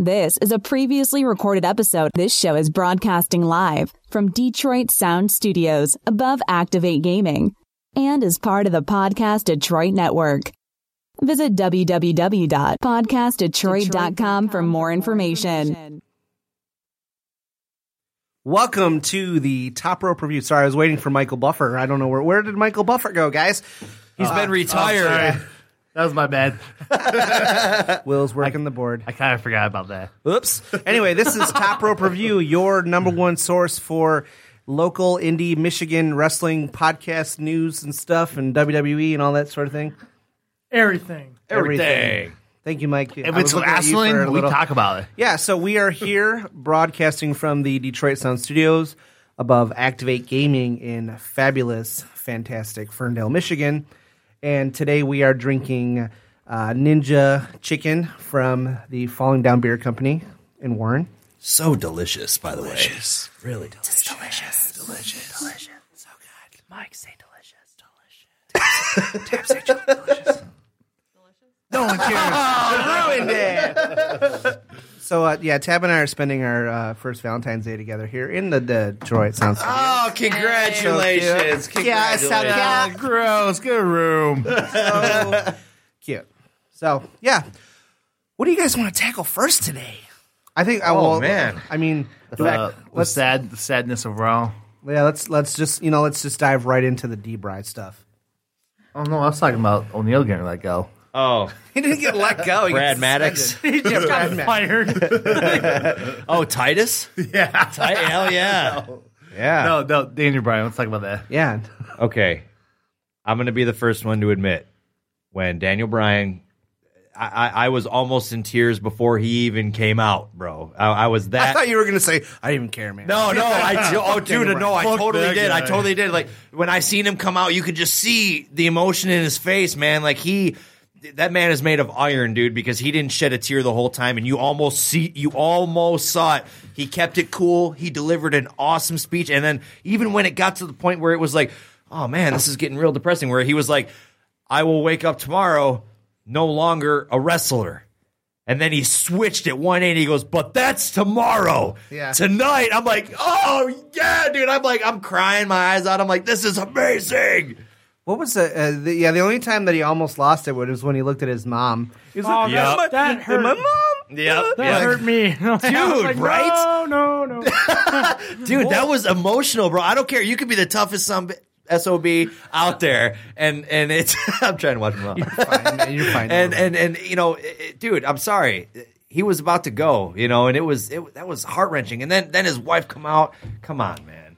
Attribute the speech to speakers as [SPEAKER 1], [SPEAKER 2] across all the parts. [SPEAKER 1] This is a previously recorded episode. This show is broadcasting live from Detroit Sound Studios above Activate Gaming and is part of the Podcast Detroit Network. Visit www.podcastdetroit.com for more information.
[SPEAKER 2] Welcome to the top rope review. Sorry, I was waiting for Michael Buffer. I don't know where. Where did Michael Buffer go, guys? Uh, oh,
[SPEAKER 3] He's been retired.
[SPEAKER 4] That was my bad.
[SPEAKER 2] Will's working the board.
[SPEAKER 4] I kind of forgot about that.
[SPEAKER 2] Oops. Anyway, this is Top Rope Review, your number one source for local indie Michigan wrestling podcast news and stuff, and WWE and all that sort of thing.
[SPEAKER 5] everything.
[SPEAKER 2] Everything. Thank you, Mike.
[SPEAKER 4] If it's last one, we talk about it.
[SPEAKER 2] Yeah, so we are here broadcasting from the Detroit Sound Studios above Activate Gaming in fabulous, fantastic Ferndale, Michigan. And today we are drinking uh, Ninja Chicken from the Falling Down Beer Company in Warren.
[SPEAKER 3] So delicious, by the way. Really delicious.
[SPEAKER 2] Oh, So, uh, yeah, Tab and I are spending our uh, first Valentine's Day together here in the Detroit Sound Studios.
[SPEAKER 3] Oh, congratulations.
[SPEAKER 2] Yeah, so- yeah,
[SPEAKER 4] gross. Good room.
[SPEAKER 2] cute. So, yeah. What do you guys want to tackle first today? I think I
[SPEAKER 3] Oh,
[SPEAKER 2] will.
[SPEAKER 3] man.
[SPEAKER 2] I mean,
[SPEAKER 4] Uh, the
[SPEAKER 2] let's
[SPEAKER 4] sad, the sadness of Raw.
[SPEAKER 2] Yeah, let's let's just you know let's just dive right into the Debray stuff.
[SPEAKER 4] Oh no, I was talking about O'Neal getting let go.
[SPEAKER 3] Oh,
[SPEAKER 2] He didn't get let go. He
[SPEAKER 3] Brad
[SPEAKER 2] got
[SPEAKER 3] Maddox.
[SPEAKER 2] suspended. He just got fired.
[SPEAKER 4] Fired.
[SPEAKER 3] Oh, Titus? Yeah. hell yeah. Yeah.
[SPEAKER 4] no, no, Daniel Bryan. Let's talk about that.
[SPEAKER 2] Yeah,
[SPEAKER 3] Okay. I'm going to be the first one to admit when Daniel Bryan. I, I, I was almost in tears before he even came out, bro. I, I was that.
[SPEAKER 2] I thought you were gonna say I didn't even care, man.
[SPEAKER 3] No, no, I do- oh, dude, no, I
[SPEAKER 4] Fuck
[SPEAKER 3] totally
[SPEAKER 4] that
[SPEAKER 3] did. I
[SPEAKER 4] guy.
[SPEAKER 3] totally did. Like when I seen him come out, you could just see the emotion in his face, man. Like he, that man is made of iron, dude, because he didn't shed a tear the whole time, and you almost see, you almost saw it. He kept it cool. He delivered an awesome speech, and then even when it got to the point where it was like, oh man, this is getting real depressing, where he was like, I will wake up tomorrow no longer a wrestler. And then he switched at 180. He goes, but that's tomorrow.
[SPEAKER 2] Yeah.
[SPEAKER 3] Tonight, I'm like, oh, yeah, dude. I'm like, I'm crying my eyes out. I'm like, this is amazing.
[SPEAKER 2] What was the, uh, the yeah the only time that he almost lost it was when he looked at his mom. He was like,
[SPEAKER 5] Oh,
[SPEAKER 3] Yep.
[SPEAKER 5] that, that hurt.
[SPEAKER 2] my mom.
[SPEAKER 3] Yep.
[SPEAKER 5] That hurt me. Dude,
[SPEAKER 3] right?
[SPEAKER 5] No, no, no.
[SPEAKER 3] Dude, that was emotional, bro. I don't care. You could be the toughest some SOB out there. And and it's, I'm trying to watch him out.
[SPEAKER 2] Fine, man, you're fine.
[SPEAKER 3] and and and you know, it- it- dude, I'm sorry. He was about to go, you know, and it was it that was heart wrenching. And then then his wife come out. Come on, man.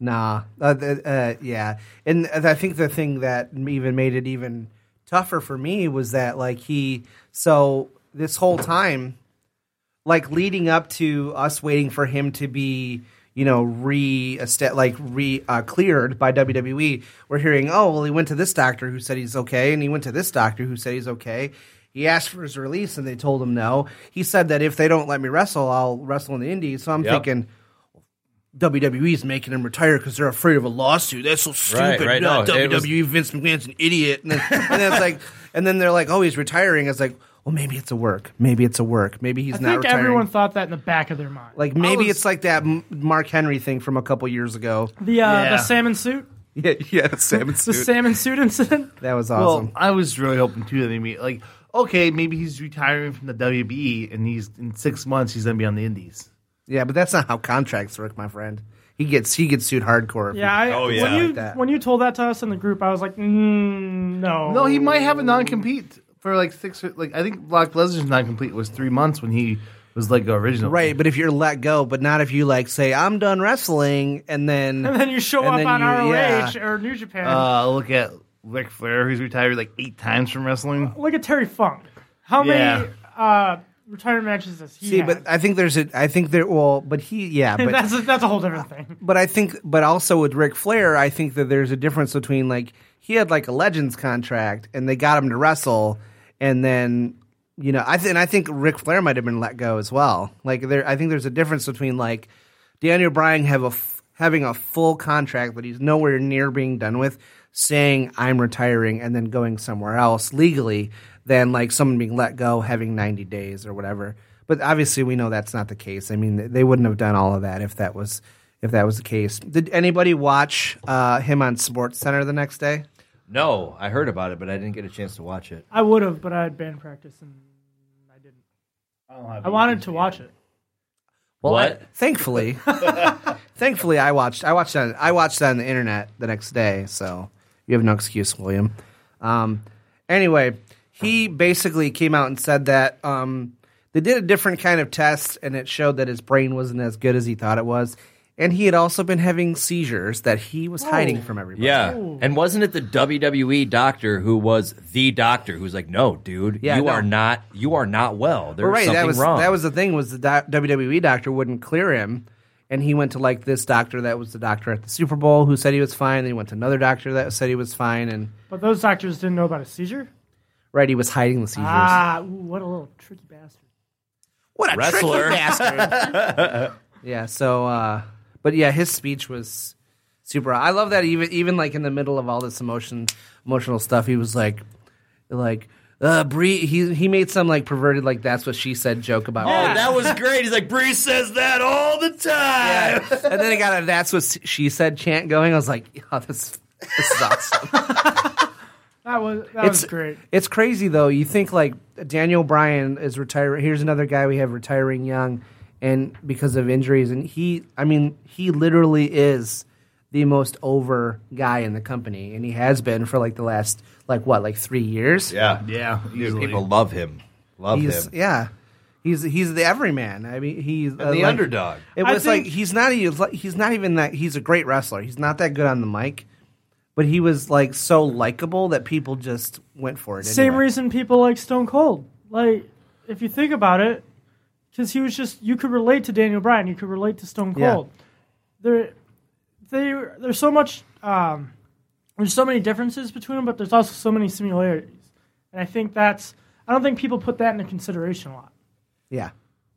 [SPEAKER 2] Nah, uh, th- uh, yeah, and I think the thing that even made it even tougher for me was that like he so this whole time, like leading up to us waiting for him to be you know re esta- like re uh, cleared by WWE, we're hearing oh well he went to this doctor who said he's okay, and he went to this doctor who said he's okay. He asked for his release and they told him no. He said that if they don't let me wrestle, I'll wrestle in the Indies. So I'm
[SPEAKER 3] Yep.
[SPEAKER 2] thinking. WWE's making him retire because they're afraid of a lawsuit. That's so stupid.
[SPEAKER 3] Right, right,
[SPEAKER 2] No,
[SPEAKER 3] no, it was-
[SPEAKER 2] WWE Vince McMahon's an idiot. And then, and then it's like, and then they're like, oh, he's retiring. It's like, well, maybe it's a work. Maybe it's a work. Maybe he's
[SPEAKER 5] I
[SPEAKER 2] not
[SPEAKER 5] think
[SPEAKER 2] retiring.
[SPEAKER 5] everyone oh, thought that in the back of their mind.
[SPEAKER 2] like maybe
[SPEAKER 4] was-
[SPEAKER 2] it's like that M- Mark Henry thing from a couple years ago.
[SPEAKER 5] the uh,
[SPEAKER 4] Yeah.
[SPEAKER 5] the salmon suit,
[SPEAKER 2] Yeah, yeah, the salmon
[SPEAKER 5] the salmon suit incident.
[SPEAKER 2] That was awesome.
[SPEAKER 4] Well, I was really hoping too that they meet. Like, okay, maybe he's retiring from the WB, and he's in six months he's gonna be on the Indies.
[SPEAKER 2] yeah, but that's not how contracts work, my friend. He gets he gets sued hardcore.
[SPEAKER 5] Yeah, I,
[SPEAKER 3] Oh, yeah.
[SPEAKER 5] When you
[SPEAKER 2] Like that.
[SPEAKER 5] when you told that to us in the group, I was like, mm, no,
[SPEAKER 4] No, he might have a non compete for like six. or- Like I think Brock Lesnar's non compete was three months when he was like original.
[SPEAKER 2] Right, but if you're let go, but not if you like say I'm done wrestling, and then
[SPEAKER 5] And then you show
[SPEAKER 2] and
[SPEAKER 5] up
[SPEAKER 2] then
[SPEAKER 5] on
[SPEAKER 2] you-
[SPEAKER 5] ROH
[SPEAKER 2] yeah.
[SPEAKER 5] or New Japan.
[SPEAKER 4] Uh, look at Ric Flair, who's retired like eight times from wrestling.
[SPEAKER 5] Look at Terry Funk. How many uh, retirement matches does he
[SPEAKER 2] See,
[SPEAKER 5] have?
[SPEAKER 2] but I think there's a. I think there. Well, but he. Yeah, but
[SPEAKER 5] that's a, that's a whole different thing.
[SPEAKER 2] but I think. But also with Ric Flair, I think that there's a difference between like he had like a Legends contract and they got him to wrestle, and then you know I th- and I think Ric Flair might have been let go as well. Like there, I think there's a difference between like Daniel Bryan have a f- having a full contract that he's nowhere near being done with, saying I'm retiring and then going somewhere else legally, than like someone being let go having 90 days or whatever. But obviously, we know that's not the case. I mean, they wouldn't have done all of that if that was if that was the case. Did anybody watch uh, him on Sports Center the next day?
[SPEAKER 3] No, I heard about it, but I didn't get a chance to watch it.
[SPEAKER 5] I would have, but I had band practice and I didn't. I wanted to watch it.
[SPEAKER 3] what?
[SPEAKER 2] Thankfully, thankfully, I watched. I watched on. I watched it on the internet the next day. So you have no excuse, William. Um, anyway, he basically came out and said that um, they did a different kind of test, and it showed that his brain wasn't as good as he thought it was, and he had also been having seizures that he was hiding from everybody.
[SPEAKER 3] yeah. And wasn't it the WWE doctor who was the doctor who's like, "No, dude,
[SPEAKER 2] Yeah,
[SPEAKER 3] you
[SPEAKER 2] no.
[SPEAKER 3] are not you are not well. There's
[SPEAKER 2] Well, right.
[SPEAKER 3] something
[SPEAKER 2] That was
[SPEAKER 3] wrong."
[SPEAKER 2] that was the thing was the doc- WWE doctor wouldn't clear him, and he went to like this doctor that was the doctor at the Super Bowl who said he was fine. Then he went to another doctor that said he was fine, and
[SPEAKER 5] But those doctors didn't know about a seizure.
[SPEAKER 2] right, he was hiding the seizures.
[SPEAKER 5] Ah, ooh, what a little tricky bastard.
[SPEAKER 2] what a
[SPEAKER 3] Wrestler.
[SPEAKER 2] tricky bastard! yeah. So, uh, but yeah, his speech was super. I love that even even like in the middle of all this emotion emotional stuff, he was like, like. Uh, Bree, he he made some like perverted like that's what she said joke about.
[SPEAKER 3] Oh, that was great. He's like, Bree says that all the time.
[SPEAKER 2] and then I got a "That's what she said" chant going. I was like, "Yeah, this, this is awesome."
[SPEAKER 5] That was that
[SPEAKER 2] it's
[SPEAKER 5] was great.
[SPEAKER 2] It's crazy though. You think like Daniel Bryan is retiring. Here's another guy we have retiring young, and because of injuries, and he, I mean, he literally is the most over guy in the company, and he has been for like the last like what like three years.
[SPEAKER 3] Yeah,
[SPEAKER 4] Yeah,
[SPEAKER 3] Dude,
[SPEAKER 4] easily.
[SPEAKER 3] people love him. Love
[SPEAKER 2] he's e-
[SPEAKER 3] him.
[SPEAKER 2] yeah. He's, he's the everyman. I mean, he's
[SPEAKER 3] And the underdog.
[SPEAKER 2] It
[SPEAKER 5] I
[SPEAKER 2] was
[SPEAKER 5] think-
[SPEAKER 2] like he's not even he's not even that he's a great wrestler. He's not that good on the mic, but he was like so likable that people just went for it.
[SPEAKER 5] Same
[SPEAKER 2] anyway.
[SPEAKER 5] reason people like Stone Cold. Like, if you think about it, because he was just you could relate to Daniel Bryan, you could relate to Stone
[SPEAKER 2] Yeah.
[SPEAKER 5] Cold. There, they there's so much. Um, there's so many differences between them, but there's also so many similarities, and I think that's. I don't think people put that into consideration a lot.
[SPEAKER 2] Yeah,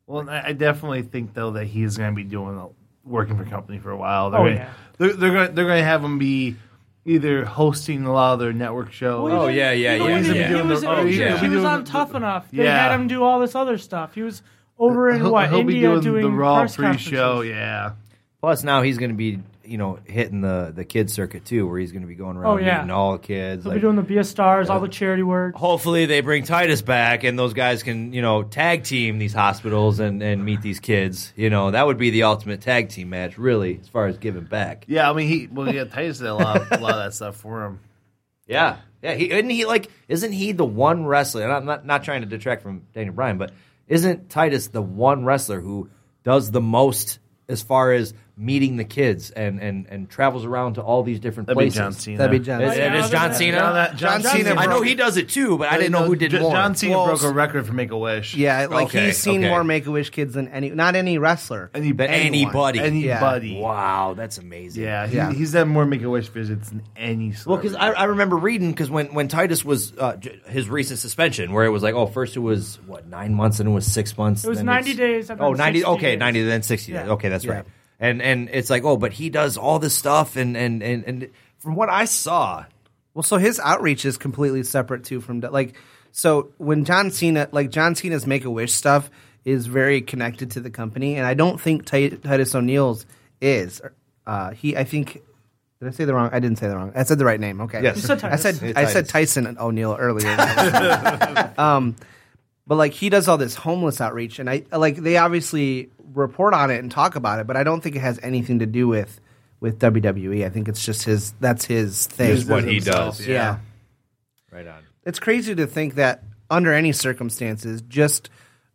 [SPEAKER 4] Well, and I I definitely think though that he's going to be doing a, working for company for a while. They're
[SPEAKER 5] Oh,
[SPEAKER 4] gonna,
[SPEAKER 5] yeah.
[SPEAKER 4] they're they're going to they're going to have him be either hosting a lot of their network shows.
[SPEAKER 3] Oh, yeah, yeah,
[SPEAKER 5] Even
[SPEAKER 3] yeah,
[SPEAKER 5] when
[SPEAKER 3] yeah.
[SPEAKER 5] He,
[SPEAKER 3] He's
[SPEAKER 5] he
[SPEAKER 4] doing
[SPEAKER 5] was,
[SPEAKER 4] the- oh,
[SPEAKER 5] he,
[SPEAKER 3] yeah.
[SPEAKER 5] he was
[SPEAKER 4] doing
[SPEAKER 5] on
[SPEAKER 4] the-
[SPEAKER 5] Tough Enough. They
[SPEAKER 4] Yeah.
[SPEAKER 5] had him do all this other stuff. He was over in
[SPEAKER 4] he'll,
[SPEAKER 5] what
[SPEAKER 4] he'll be
[SPEAKER 5] India
[SPEAKER 4] doing,
[SPEAKER 5] doing
[SPEAKER 4] the Raw
[SPEAKER 5] press
[SPEAKER 4] pre-show.
[SPEAKER 5] conferences.
[SPEAKER 4] Yeah,
[SPEAKER 3] Plus, now he's going to be, you know, hitting the the kids circuit too, where he's going to be going around
[SPEAKER 5] Oh, yeah.
[SPEAKER 3] meeting all kids.
[SPEAKER 5] He'll
[SPEAKER 3] like-
[SPEAKER 5] be doing the Be a Stars, all the charity work.
[SPEAKER 3] hopefully, they bring Titus back, and those guys can, you know, tag team these hospitals and and meet these kids. You know, that would be the ultimate tag team match, really, as far as giving back.
[SPEAKER 4] yeah. I mean, he well, yeah, Titus did a lot, of, a lot of that stuff for him.
[SPEAKER 3] Yeah, yeah. He isn't he like isn't he the one wrestler? And I'm not not trying to detract from Daniel Bryan, but isn't Titus the one wrestler who does the most as far as meeting the kids and and and travels around to all these different
[SPEAKER 4] That'd
[SPEAKER 3] places?
[SPEAKER 4] be John Cena.
[SPEAKER 2] that'd be John.
[SPEAKER 3] Is,
[SPEAKER 5] yeah,
[SPEAKER 3] it is
[SPEAKER 5] other
[SPEAKER 3] John
[SPEAKER 5] than-
[SPEAKER 3] Cena.
[SPEAKER 4] John- that- John
[SPEAKER 2] Cena
[SPEAKER 3] I know
[SPEAKER 2] broke-
[SPEAKER 3] he does it too, but I didn't know who did
[SPEAKER 4] J-
[SPEAKER 3] more.
[SPEAKER 4] John Cena
[SPEAKER 2] Well,
[SPEAKER 4] broke a record for Make a Wish.
[SPEAKER 2] Yeah, like
[SPEAKER 3] Okay,
[SPEAKER 2] he's seen
[SPEAKER 3] okay.
[SPEAKER 2] more Make a Wish kids than any not any wrestler.
[SPEAKER 4] Any,
[SPEAKER 3] Than
[SPEAKER 4] anyone,
[SPEAKER 3] anybody.
[SPEAKER 4] anybody.
[SPEAKER 3] Wow, that's amazing.
[SPEAKER 4] Yeah, he,
[SPEAKER 2] Yeah.
[SPEAKER 4] he's done more Make a Wish visits than any.
[SPEAKER 3] Well, because I, I remember reading because when, when Titus was uh, j- his recent suspension, where it was like, oh, first it was what nine months, and it was six months.
[SPEAKER 5] It was
[SPEAKER 3] then
[SPEAKER 5] 90
[SPEAKER 3] it's-
[SPEAKER 5] days, and
[SPEAKER 3] Oh,
[SPEAKER 5] then
[SPEAKER 3] 90,
[SPEAKER 5] 60
[SPEAKER 3] Okay,
[SPEAKER 5] days.
[SPEAKER 3] ninety, then sixty days.
[SPEAKER 5] Yeah.
[SPEAKER 3] Okay, that's
[SPEAKER 2] Yeah.
[SPEAKER 3] right. And and it's like, oh, but he does all this stuff, and and and and from what I saw,
[SPEAKER 2] Well, so his outreach is completely separate too from like so when John Cena like John Cena's Make a Wish stuff is very connected to the company, and I don't think Ti- Titus O'Neil's is. Uh, he, I think. Did I say the wrong? I didn't say the wrong. I said the right name. Okay.
[SPEAKER 3] Yes. You
[SPEAKER 5] said
[SPEAKER 2] I said
[SPEAKER 3] Titus.
[SPEAKER 2] I said Tyson O'Neill earlier. um, but like he does all this homeless outreach, and I like they obviously report on it and talk about it, but I don't think it has anything to do with with WWE. I think it's just his. That's his thing.
[SPEAKER 3] Just what he
[SPEAKER 4] himself,
[SPEAKER 3] does.
[SPEAKER 2] yeah.
[SPEAKER 3] right on.
[SPEAKER 2] It's crazy to think that under any circumstances, just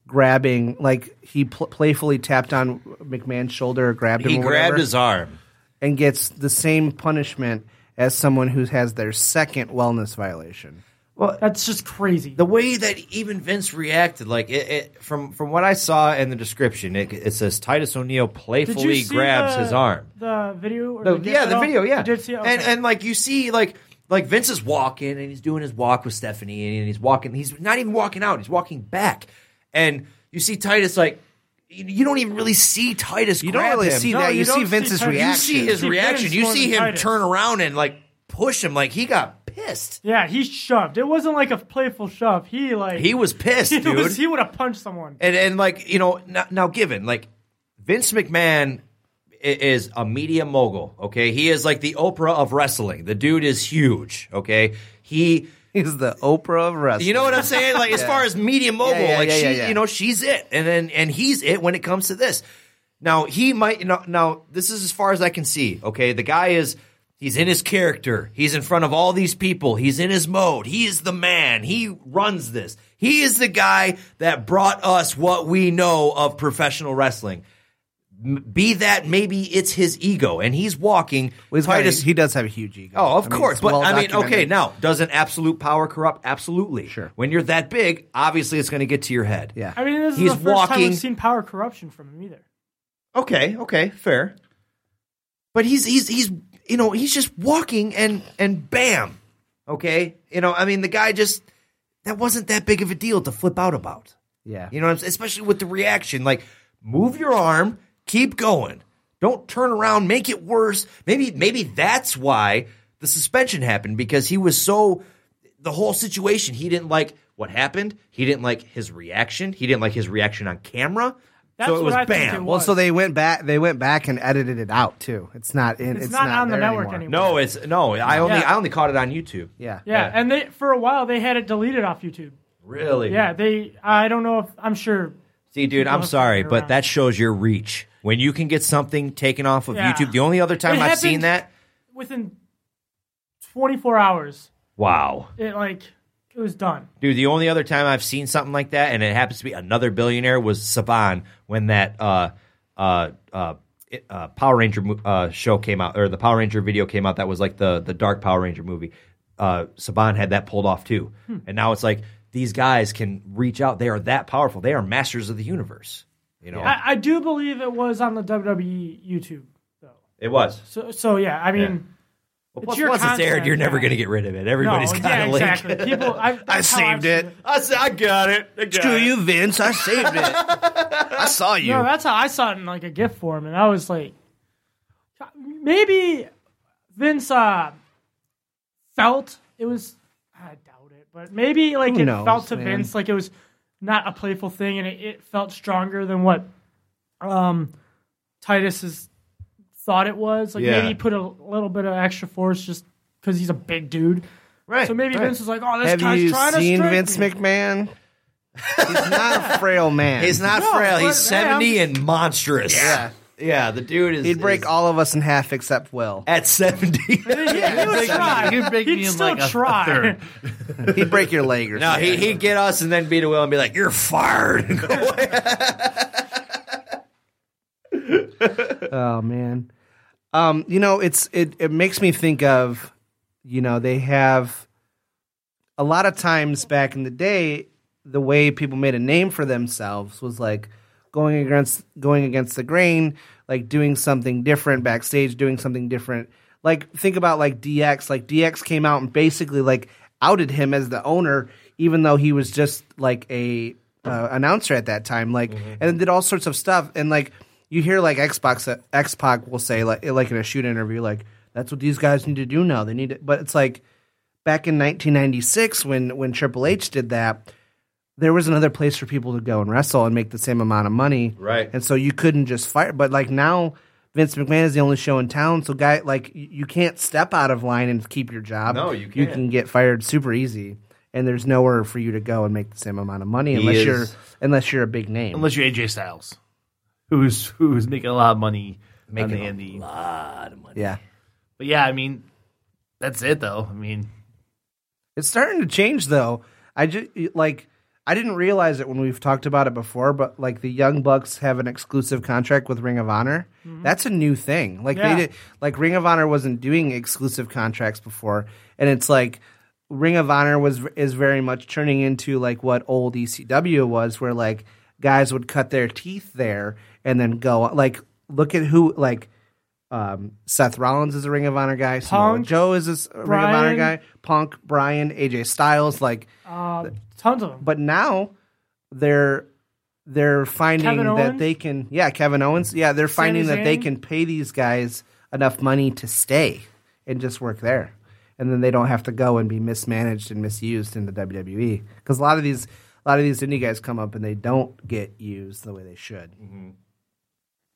[SPEAKER 2] grabbing like he pl- playfully tapped on McMahon's shoulder, or grabbed him,
[SPEAKER 3] He
[SPEAKER 2] or
[SPEAKER 3] grabbed
[SPEAKER 2] whatever,
[SPEAKER 3] his arm.
[SPEAKER 2] and gets the same punishment as someone who has their second wellness violation.
[SPEAKER 5] That's just crazy.
[SPEAKER 3] the way that even Vince reacted, like it, it from from what I saw in the description, it, it says Titus O'Neil
[SPEAKER 5] Did you
[SPEAKER 3] playfully
[SPEAKER 5] see
[SPEAKER 3] grabs
[SPEAKER 5] the-
[SPEAKER 3] his arm.
[SPEAKER 5] The video? Or
[SPEAKER 3] No,
[SPEAKER 5] the gif
[SPEAKER 3] Oh, yeah,
[SPEAKER 5] at
[SPEAKER 3] the
[SPEAKER 5] all?
[SPEAKER 3] video, yeah.
[SPEAKER 5] You did see it?
[SPEAKER 3] And
[SPEAKER 5] Okay.
[SPEAKER 3] and like you see like like Vince is walking and he's doing his walk with Stephanie and he's walking he's not even walking out, he's walking back. And you see Titus like you, you don't even really see Titus
[SPEAKER 2] You don't really see
[SPEAKER 5] No,
[SPEAKER 2] that.
[SPEAKER 5] you
[SPEAKER 2] You, see
[SPEAKER 5] don't see
[SPEAKER 2] Vince's
[SPEAKER 5] Titus.
[SPEAKER 3] you
[SPEAKER 2] reaction.
[SPEAKER 3] see his
[SPEAKER 5] See Vince
[SPEAKER 3] reaction. You
[SPEAKER 5] more
[SPEAKER 3] see
[SPEAKER 5] than
[SPEAKER 3] him
[SPEAKER 5] Titus.
[SPEAKER 3] turn around and like push him. Like he got pissed.
[SPEAKER 5] Yeah, he shoved. It wasn't like a playful shove. He like
[SPEAKER 3] He was pissed,
[SPEAKER 5] he
[SPEAKER 3] dude.
[SPEAKER 5] was- he would have punched someone.
[SPEAKER 3] And and like you know now, now given like Vince McMahon i- is a media mogul. Okay, he is like the Oprah of wrestling. The dude is huge. Okay, he.
[SPEAKER 2] He's the Oprah of wrestling.
[SPEAKER 3] You know what I'm saying? Like as far as media mogul,
[SPEAKER 2] Yeah, yeah,
[SPEAKER 3] like
[SPEAKER 2] yeah,
[SPEAKER 3] she,
[SPEAKER 2] yeah, yeah.
[SPEAKER 3] you know, she's it, and then and he's it when it comes to this. Now he might now, now this is as far as I can see. Okay, the guy is he's in his character. He's in front of all these people. He's in his mode. He is the man. He runs this. He is the guy that brought us what we know of professional wrestling. M- Be that maybe it's his ego, and he's walking.
[SPEAKER 2] Well, he's got a-
[SPEAKER 3] Titus-
[SPEAKER 2] he does have a huge ego.
[SPEAKER 3] Oh, of
[SPEAKER 2] I mean,
[SPEAKER 3] course.
[SPEAKER 2] it's
[SPEAKER 3] but
[SPEAKER 2] well
[SPEAKER 3] I mean, okay,
[SPEAKER 2] documented.
[SPEAKER 3] now, doesn't absolute power corrupt? Absolutely.
[SPEAKER 2] Sure.
[SPEAKER 3] When you're that big, obviously it's going to get to your head.
[SPEAKER 2] Yeah.
[SPEAKER 5] I mean, this is
[SPEAKER 3] He's
[SPEAKER 5] the first time
[SPEAKER 3] walking-
[SPEAKER 5] we've seen power corruption from him either.
[SPEAKER 3] Okay, okay, fair. But he's he's he's you know, he's just walking and and bam. Okay? You know, I mean, the guy just that wasn't that big of a deal to flip out about.
[SPEAKER 2] Yeah.
[SPEAKER 3] You know what I'm saying? Especially with the reaction. Like, move your arm, keep going. Don't turn around, make it worse. Maybe, maybe that's why the suspension happened because he was so the whole situation. He didn't like what happened. He didn't like his reaction. He didn't like his reaction on camera.
[SPEAKER 5] That's
[SPEAKER 3] so it
[SPEAKER 5] what
[SPEAKER 3] was
[SPEAKER 5] I think
[SPEAKER 3] bam.
[SPEAKER 5] it
[SPEAKER 2] Well,
[SPEAKER 5] was.
[SPEAKER 2] so they went back. They went back and edited it out too. It's not in.
[SPEAKER 5] It's
[SPEAKER 2] It's,
[SPEAKER 5] not on the
[SPEAKER 2] there
[SPEAKER 5] network anymore.
[SPEAKER 3] No, it's no. I only
[SPEAKER 5] Yeah.
[SPEAKER 3] I only caught it on YouTube.
[SPEAKER 2] Yeah.
[SPEAKER 5] Yeah,
[SPEAKER 3] Yeah.
[SPEAKER 5] and they for a while they had it deleted off YouTube.
[SPEAKER 3] Really?
[SPEAKER 5] Yeah, they. I don't know if I'm sure.
[SPEAKER 3] See, dude,
[SPEAKER 5] People
[SPEAKER 3] I'm
[SPEAKER 5] have
[SPEAKER 3] sorry,
[SPEAKER 5] fucking
[SPEAKER 3] but
[SPEAKER 5] around.
[SPEAKER 3] that shows your reach when you can get something taken off of
[SPEAKER 5] Yeah.
[SPEAKER 3] YouTube. The only other time I've
[SPEAKER 5] It
[SPEAKER 3] seen
[SPEAKER 5] happened-
[SPEAKER 3] that.
[SPEAKER 5] Within 24 hours,
[SPEAKER 3] Wow.
[SPEAKER 5] it like it was done.
[SPEAKER 3] Dude, the only other time I've seen something like that, and it happens to be another billionaire, was Saban when that uh, uh, uh, it- uh, Power Ranger mo- uh, show came out, or the Power Ranger video came out. That was like the the Dark Power Ranger movie. Uh, Saban had that pulled off too,
[SPEAKER 5] Hmm.
[SPEAKER 3] and now it's like these guys can reach out. They are that powerful. They are masters of the universe. You know,
[SPEAKER 5] I, I do believe it was on the WWE YouTube though.
[SPEAKER 3] it was.
[SPEAKER 5] So so yeah, I mean.
[SPEAKER 3] Well,
[SPEAKER 5] It's
[SPEAKER 3] plus,
[SPEAKER 5] your
[SPEAKER 3] once it's aired,
[SPEAKER 5] content,
[SPEAKER 3] you're never
[SPEAKER 5] yeah.
[SPEAKER 3] going to get rid of it. Everybody's
[SPEAKER 5] no,
[SPEAKER 3] got
[SPEAKER 5] yeah,
[SPEAKER 3] a link.
[SPEAKER 5] exactly. People, I, that's how I've seen
[SPEAKER 3] I, said, I got it. I got it.
[SPEAKER 2] Vince. I saved it. I saw you.
[SPEAKER 5] No, that's how I saw it in like a gift form, and I was like, maybe Vince uh, felt it was. I doubt it, but maybe like
[SPEAKER 2] Who
[SPEAKER 5] it
[SPEAKER 2] knows,
[SPEAKER 5] felt to
[SPEAKER 2] man?
[SPEAKER 5] Vince like it was not a playful thing, and it, it felt stronger than what um, Titus has thought it was. Like
[SPEAKER 3] Yeah.
[SPEAKER 5] maybe he put a little bit of extra force just because he's a big dude.
[SPEAKER 3] Right.
[SPEAKER 5] So maybe
[SPEAKER 3] right.
[SPEAKER 5] Vince was like, "Oh, this
[SPEAKER 2] Have
[SPEAKER 5] guy's
[SPEAKER 2] you
[SPEAKER 5] trying to
[SPEAKER 2] seen
[SPEAKER 5] strike
[SPEAKER 2] Vince
[SPEAKER 5] me."
[SPEAKER 2] McMahon? He's not a frail man.
[SPEAKER 3] He's not
[SPEAKER 5] No,
[SPEAKER 3] frail.
[SPEAKER 5] but,
[SPEAKER 3] He's
[SPEAKER 5] hey, I'm-
[SPEAKER 3] 70 and monstrous.
[SPEAKER 2] Yeah.
[SPEAKER 3] Yeah, the dude is.
[SPEAKER 2] He'd break
[SPEAKER 3] is
[SPEAKER 2] all of us in half except Will.
[SPEAKER 3] At 70.
[SPEAKER 5] He would try.
[SPEAKER 4] You'd break
[SPEAKER 5] He'd
[SPEAKER 4] me in
[SPEAKER 5] still
[SPEAKER 4] like a- a
[SPEAKER 5] try.
[SPEAKER 4] third.
[SPEAKER 2] He'd break your leg or
[SPEAKER 3] no,
[SPEAKER 2] something.
[SPEAKER 3] he, he'd get us and then beat a will and be like, you're fired. and go away.
[SPEAKER 2] Oh man. Um, you know, it's it it makes me think of, you know, they have a lot of times back in the day, the way people made a name for themselves was like going against going against the grain, like doing something different backstage, doing something different. Like think about like DX, like DX came out and basically like outed him as the owner even though he was just like a uh, announcer at that time, like, and did all sorts of stuff. And like, you hear like Xbox uh, X Pac will say like like in a shoot interview, like that's what these guys need to do now. They need to, but it's like back in 1996 when when Triple H did that, there was another place for people to go and wrestle and make the same amount of money,
[SPEAKER 3] Right.
[SPEAKER 2] And so you couldn't just fire. But like now. Vince McMahon is the only show in town, so guy like you you can't step out of line and keep your job.
[SPEAKER 3] No, you
[SPEAKER 2] You
[SPEAKER 3] can't.
[SPEAKER 2] can get fired super easy, and there's nowhere for you to go and make the same amount of money unless
[SPEAKER 3] is-
[SPEAKER 2] you're unless you're a big name.
[SPEAKER 4] Unless you're AJ Styles, who's who's making a lot of money on the
[SPEAKER 3] a
[SPEAKER 4] indie.
[SPEAKER 2] yeah,
[SPEAKER 4] But yeah, I mean, that's it though. I mean,
[SPEAKER 2] It's starting to change though. I just like I didn't realize it when we've talked about it before, but like the Young Bucks have an exclusive contract with Ring of Honor. That's a new thing. Like
[SPEAKER 5] Mm-hmm. Yeah.
[SPEAKER 2] they did like Ring of Honor wasn't doing exclusive contracts before, and it's like Ring of Honor was is very much turning into like what old ECW was, where like guys would cut their teeth there and then go like look at who like um, Seth Rollins is a Ring of Honor guy, Samoa
[SPEAKER 5] Punk,
[SPEAKER 2] Joe is a s- Ring of Honor
[SPEAKER 5] Bryan.
[SPEAKER 2] guy, Punk, Brian, AJ Styles, like
[SPEAKER 5] Uh, tons of them.
[SPEAKER 2] but now they're they're finding
[SPEAKER 5] Kevin
[SPEAKER 2] that
[SPEAKER 5] Owens?
[SPEAKER 2] they can yeah, Kevin Owens. Yeah, they're finding that they
[SPEAKER 5] Zayn?
[SPEAKER 2] can pay these guys enough money to stay and just work there. and then they don't have to go and be mismanaged and misused in the WWE. Because a lot of these, a lot of these indie guys come up and they don't get used the way they should.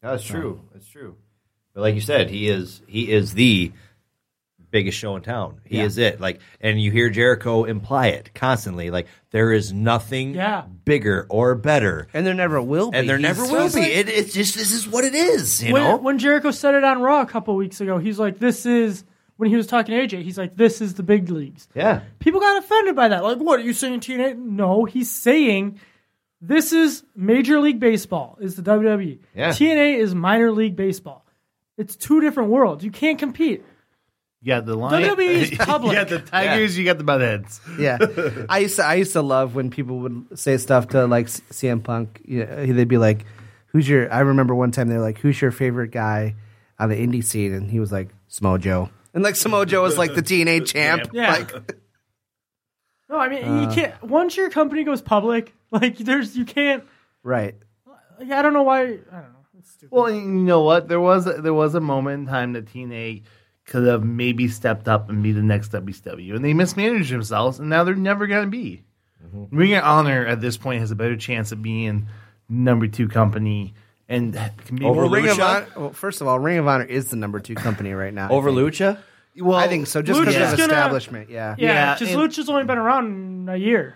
[SPEAKER 3] That's true. That's true. But like you said, he is he is the biggest show in town. He is it. Like and you hear Jericho imply it constantly. Like there is nothing
[SPEAKER 5] Yeah.
[SPEAKER 3] bigger or better.
[SPEAKER 2] And there never will be.
[SPEAKER 3] And there
[SPEAKER 2] He's-
[SPEAKER 3] never will be. It, it's just this is what it is, you
[SPEAKER 5] when,
[SPEAKER 3] know?
[SPEAKER 5] when Jericho said it on Raw a couple weeks ago, he's like, "This is." When he was talking to AJ, he's like, "This is the big leagues."
[SPEAKER 3] yeah.
[SPEAKER 5] People got offended by that. Like, what are you saying, TNA? No, he's saying this is Major League Baseball. Is the E. WWE?
[SPEAKER 3] Yeah.
[SPEAKER 5] TNA is minor league baseball. It's two different worlds. You can't compete.
[SPEAKER 4] You got the lion.
[SPEAKER 5] WWE is
[SPEAKER 4] You
[SPEAKER 5] public.
[SPEAKER 4] got the tigers. You got the buttheads.
[SPEAKER 2] yeah, I used to I used to love when people would say stuff to like C- CM Punk. You know, they'd be like, "Who's your?" I remember one time they were like, "Who's your favorite guy on the indie scene?" And he was like, "Samoa Joe." And like Samoa Joe was like the TNA champ.
[SPEAKER 5] Yeah.
[SPEAKER 2] Like,
[SPEAKER 5] No, I mean you can't. Once your company goes public, like there's you can't.
[SPEAKER 2] right.
[SPEAKER 5] Like, I don't know why. I don't know. It's stupid.
[SPEAKER 4] Well, and you know what? There was there was a moment in time that TNA could have maybe stepped up and be the next WCW, and they mismanaged themselves, and now they're never going to be.
[SPEAKER 3] Mm-hmm.
[SPEAKER 4] Ring of Honor at this point has a better chance of being number two company, and can be
[SPEAKER 3] Over
[SPEAKER 2] Well, Ring of
[SPEAKER 3] Lucha?
[SPEAKER 2] Honor. Well, first of all, Ring of Honor is the number two company right now. I
[SPEAKER 3] Over
[SPEAKER 2] think.
[SPEAKER 3] Lucha?
[SPEAKER 4] Well,
[SPEAKER 2] I think so. Just because
[SPEAKER 5] Lucha's
[SPEAKER 2] of
[SPEAKER 5] gonna-
[SPEAKER 2] establishment. Yeah.
[SPEAKER 5] yeah,
[SPEAKER 4] yeah,
[SPEAKER 5] just
[SPEAKER 4] and-
[SPEAKER 5] Lucha's only been around a year.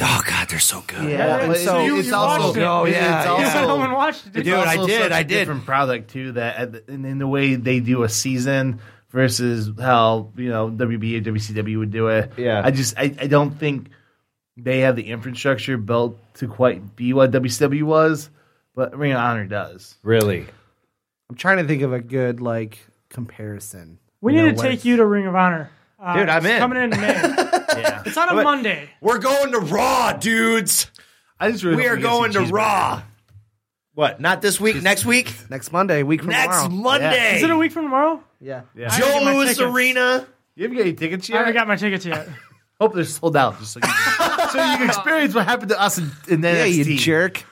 [SPEAKER 3] Oh god, they're so good.
[SPEAKER 2] Yeah,
[SPEAKER 4] but
[SPEAKER 2] but
[SPEAKER 4] it's-
[SPEAKER 2] so
[SPEAKER 5] you-
[SPEAKER 4] it's
[SPEAKER 5] you
[SPEAKER 4] also
[SPEAKER 5] watched it.
[SPEAKER 3] Oh, yeah,
[SPEAKER 4] it's
[SPEAKER 3] yeah.
[SPEAKER 4] also-
[SPEAKER 5] no one watched it. did
[SPEAKER 3] Dude,
[SPEAKER 5] they?
[SPEAKER 4] It's
[SPEAKER 3] I
[SPEAKER 4] also
[SPEAKER 3] did,
[SPEAKER 4] such a
[SPEAKER 3] I did.
[SPEAKER 4] Different product too. That at the, and in the way they do a season versus how you know WB or WCW would do it.
[SPEAKER 3] Yeah.
[SPEAKER 4] I just I, I don't think they have the infrastructure built to quite be what WCW was, but Ring of Honor does.
[SPEAKER 3] Really?
[SPEAKER 2] I'm trying to think of a good like comparison.
[SPEAKER 5] we
[SPEAKER 2] You
[SPEAKER 5] need
[SPEAKER 2] know,
[SPEAKER 5] to
[SPEAKER 2] where
[SPEAKER 5] take
[SPEAKER 2] it's-
[SPEAKER 5] you to Ring of Honor. Uh,
[SPEAKER 3] Dude, I'm
[SPEAKER 5] it's
[SPEAKER 3] in.
[SPEAKER 5] Coming in May. It's on a Monday.
[SPEAKER 3] We're going to Raw, dudes.
[SPEAKER 4] I just really
[SPEAKER 3] We
[SPEAKER 4] hope
[SPEAKER 3] are
[SPEAKER 4] get some
[SPEAKER 3] going to
[SPEAKER 4] cheeseburger.
[SPEAKER 3] Raw. What? Not this week, next week?
[SPEAKER 2] next Monday, week from
[SPEAKER 3] Next
[SPEAKER 2] tomorrow.
[SPEAKER 3] Monday.
[SPEAKER 5] Is it a week from tomorrow?
[SPEAKER 2] Yeah.
[SPEAKER 4] Yeah.
[SPEAKER 5] I
[SPEAKER 3] Joe
[SPEAKER 5] gotta get my
[SPEAKER 3] Louis
[SPEAKER 5] tickets.
[SPEAKER 3] Arena.
[SPEAKER 4] You haven't got any tickets
[SPEAKER 5] I
[SPEAKER 4] yet?
[SPEAKER 5] haven't got my tickets yet.
[SPEAKER 4] hope they're sold out. Just so you, so you can experience what happened to us in, in NXT.
[SPEAKER 2] Yeah, you jerk.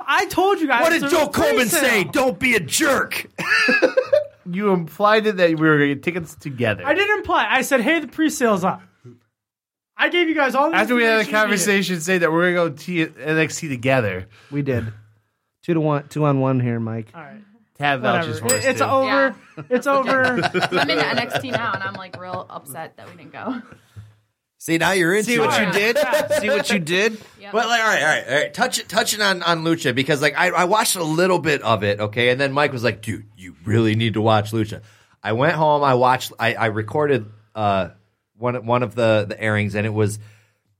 [SPEAKER 5] I told you guys.
[SPEAKER 3] What did
[SPEAKER 5] there's
[SPEAKER 3] Joe
[SPEAKER 5] a
[SPEAKER 3] Coleman
[SPEAKER 5] pre-sale.
[SPEAKER 3] say? Don't be a jerk.
[SPEAKER 4] You implied it that we were going to get tickets together.
[SPEAKER 5] I didn't imply. I said, "Hey, the pre-sale's up." I gave you guys all. The
[SPEAKER 4] After we had a
[SPEAKER 5] information you needed.
[SPEAKER 4] conversation, say that we're going to go to NXT together.
[SPEAKER 2] We did. Two to one, two on one here, Mike.
[SPEAKER 5] All right.
[SPEAKER 4] Tab vouchers for
[SPEAKER 5] Whatever.
[SPEAKER 4] us,
[SPEAKER 5] It- it's
[SPEAKER 4] too.
[SPEAKER 5] over. It's over.
[SPEAKER 6] I'm in NXT now, and I'm like real upset that we didn't go.
[SPEAKER 3] See, now you're into
[SPEAKER 2] See what you
[SPEAKER 6] Yeah.
[SPEAKER 2] did? See what you did?
[SPEAKER 6] Yeah.
[SPEAKER 3] But like, all right, all right, all right. Touch, touching on on Lucha because like I, I watched a little bit of it, okay, and then Mike was like, "Dude, you really need to watch Lucha." I went home, I watched, I, I recorded uh one one of the the airings, and it was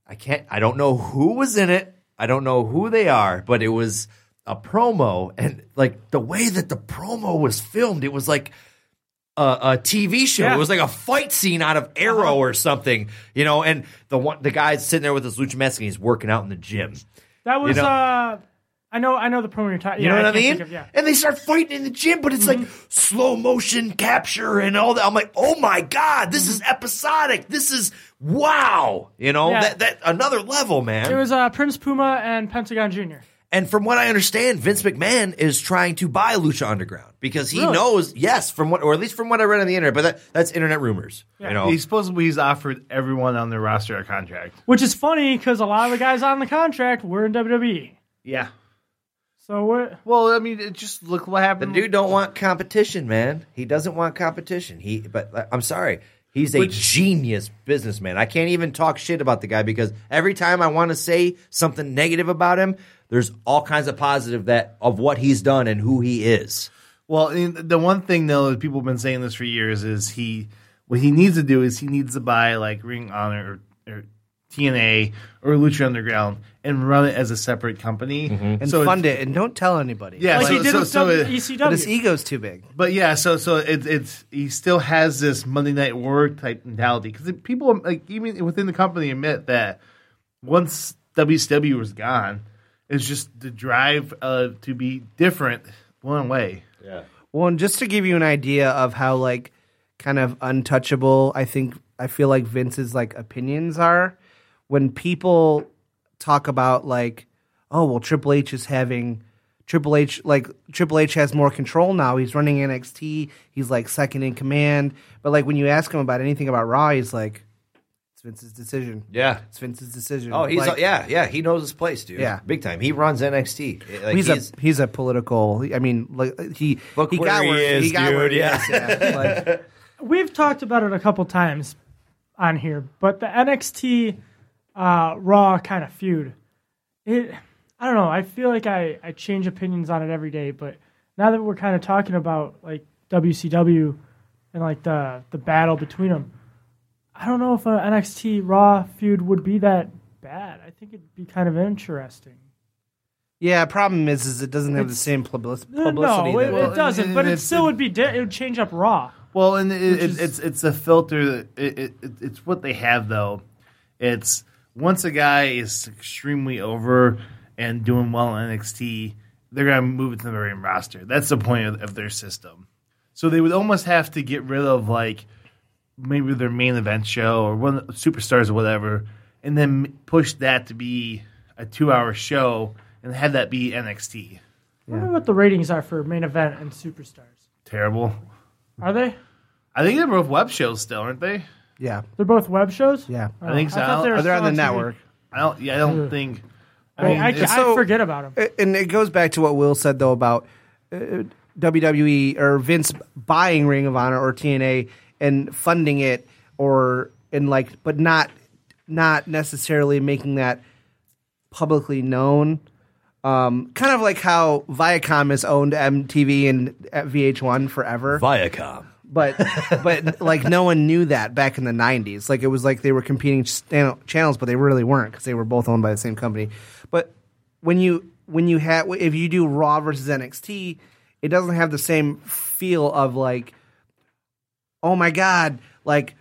[SPEAKER 3] I can't, I don't know who was in it, I don't know who they are, but it was a promo, and like the way that the promo was filmed, it was like a, a TV show. It was like a fight scene out of Arrow
[SPEAKER 5] Uh-huh.
[SPEAKER 3] or something, you know. And the one the guy's sitting there with his lucha mask and he's working out in the gym.
[SPEAKER 5] That was.
[SPEAKER 3] know-
[SPEAKER 5] uh I know. I know the promo you're talking.
[SPEAKER 3] You know what I mean?
[SPEAKER 5] yeah. Mm-hmm.
[SPEAKER 3] And they start fighting in the gym, but it's like slow motion capture and all that. I'm like, oh my god, this is episodic. This is wow. You know
[SPEAKER 5] Mm-hmm. Yeah.
[SPEAKER 3] that that another level, man.
[SPEAKER 5] It was uh, Prince Puma and Pentagon Jr.
[SPEAKER 3] And from what I understand, Vince McMahon is trying to buy Lucha Underground because he knows, yes, from what, or at least from what I read on the internet, but that, that's internet rumors. You know,
[SPEAKER 4] He's supposedly he's offered everyone on their roster a contract.
[SPEAKER 5] Which is funny because a lot of the guys on the contract were in WWE.
[SPEAKER 4] Yeah.
[SPEAKER 5] So we're,
[SPEAKER 4] Well, I mean, it just look what
[SPEAKER 3] The
[SPEAKER 4] happened.
[SPEAKER 3] dude don't want competition, man. He doesn't want competition. He, but like, I'm sorry, he's a genius businessman. I can't even talk shit about the guy because every time I want to say something negative about him, there's all kinds of positive that of what he's done and who he is.
[SPEAKER 4] Well, and the one thing though that people have been saying this for years is he what he needs to do is he needs to buy like Ring Honor or, or TNA or Lucha Underground and run it as a separate company
[SPEAKER 5] Mm-hmm.
[SPEAKER 2] And
[SPEAKER 4] so
[SPEAKER 2] fund
[SPEAKER 4] it's-
[SPEAKER 2] it and don't tell anybody.
[SPEAKER 4] Yeah,
[SPEAKER 5] like
[SPEAKER 4] so,
[SPEAKER 5] he did
[SPEAKER 4] so,
[SPEAKER 5] with
[SPEAKER 4] so
[SPEAKER 5] W-
[SPEAKER 4] it- e-
[SPEAKER 2] But
[SPEAKER 5] ECW.
[SPEAKER 2] his ego's too big.
[SPEAKER 4] But yeah, so so it, it's he still has this Monday Night War type mentality because people like even within the company admit that once WCW was gone, it's just the drive uh, to be different one way.
[SPEAKER 2] Well, and just to give you an idea of how like kind of untouchable I think I feel like Vince's like opinions are when people talk about like, oh well, Triple H is having Triple H like Triple H has more control now. He's running NXT. He's like second in command. But like when you ask him about anything about Raw, he's like, "It's Vince's decision.
[SPEAKER 3] Yeah.
[SPEAKER 2] It's Vince's decision."
[SPEAKER 3] Oh, he's
[SPEAKER 2] Like,
[SPEAKER 3] yeah, yeah. He knows his place, dude.
[SPEAKER 2] Yeah.
[SPEAKER 3] big time. He runs NXT. Like,
[SPEAKER 2] he's, a he's a political. I mean, like he
[SPEAKER 3] Look
[SPEAKER 2] he
[SPEAKER 3] where
[SPEAKER 2] got
[SPEAKER 3] he
[SPEAKER 2] where
[SPEAKER 3] is,
[SPEAKER 2] he got where
[SPEAKER 3] dude,
[SPEAKER 2] he
[SPEAKER 3] yeah.
[SPEAKER 2] is, yeah. Like,
[SPEAKER 5] We've talked about it a couple times on here, but the NXT uh, Raw kind of feud. It, I don't know. I feel like I, I change opinions on it every day, but now that we're kind of talking about like WCW and like the the battle between them, I don't know if an NXT Raw feud would be that bad. I think it'd be kind of interesting.
[SPEAKER 2] Yeah, problem is, is it doesn't have the same public-
[SPEAKER 5] Uh,
[SPEAKER 2] publicity.
[SPEAKER 5] no, it,
[SPEAKER 2] that
[SPEAKER 5] it doesn't. But it
[SPEAKER 4] it's-
[SPEAKER 5] still would be. Di- it would change up Raw.
[SPEAKER 4] Well, and it, it,
[SPEAKER 5] is-
[SPEAKER 4] it's it's a filter. That it, it, it, it's what they have though. It's once a guy is extremely over and doing well in NXT, they're gonna move it to the main roster. That's the point of, of their system. So they would almost have to get rid of like maybe their main event show or one of the superstars or whatever, and then push that to be a two-hour show and have that be NXT.
[SPEAKER 5] I wonder what the ratings are for main event and superstars.
[SPEAKER 4] Terrible.
[SPEAKER 5] Are they?
[SPEAKER 4] I think they're both web shows still, aren't they?
[SPEAKER 2] yeah,
[SPEAKER 5] They're both web shows. Oh,
[SPEAKER 2] yeah.
[SPEAKER 4] I think so.
[SPEAKER 5] thought they were
[SPEAKER 2] Or they're on the
[SPEAKER 5] still TV.
[SPEAKER 2] network.
[SPEAKER 4] I don't. Yeah, I don't think.
[SPEAKER 5] I, I,
[SPEAKER 4] it's-
[SPEAKER 5] I forget about them.
[SPEAKER 2] A- Uh, And it goes back to what Will said though about uh, WWE or Vince buying Ring of Honor or TNA and funding it, or and like, but not not necessarily making that publicly known. Um, kind of like how Viacom has owned MTV and uh, VH1 forever.
[SPEAKER 3] Viacom.
[SPEAKER 2] but but like no one knew that back in the 90s like it was like they were competing stan- channels but they really weren't because they were both owned by the same company but when you when you have if you do raw versus nxt it doesn't have the same feel of like oh my god like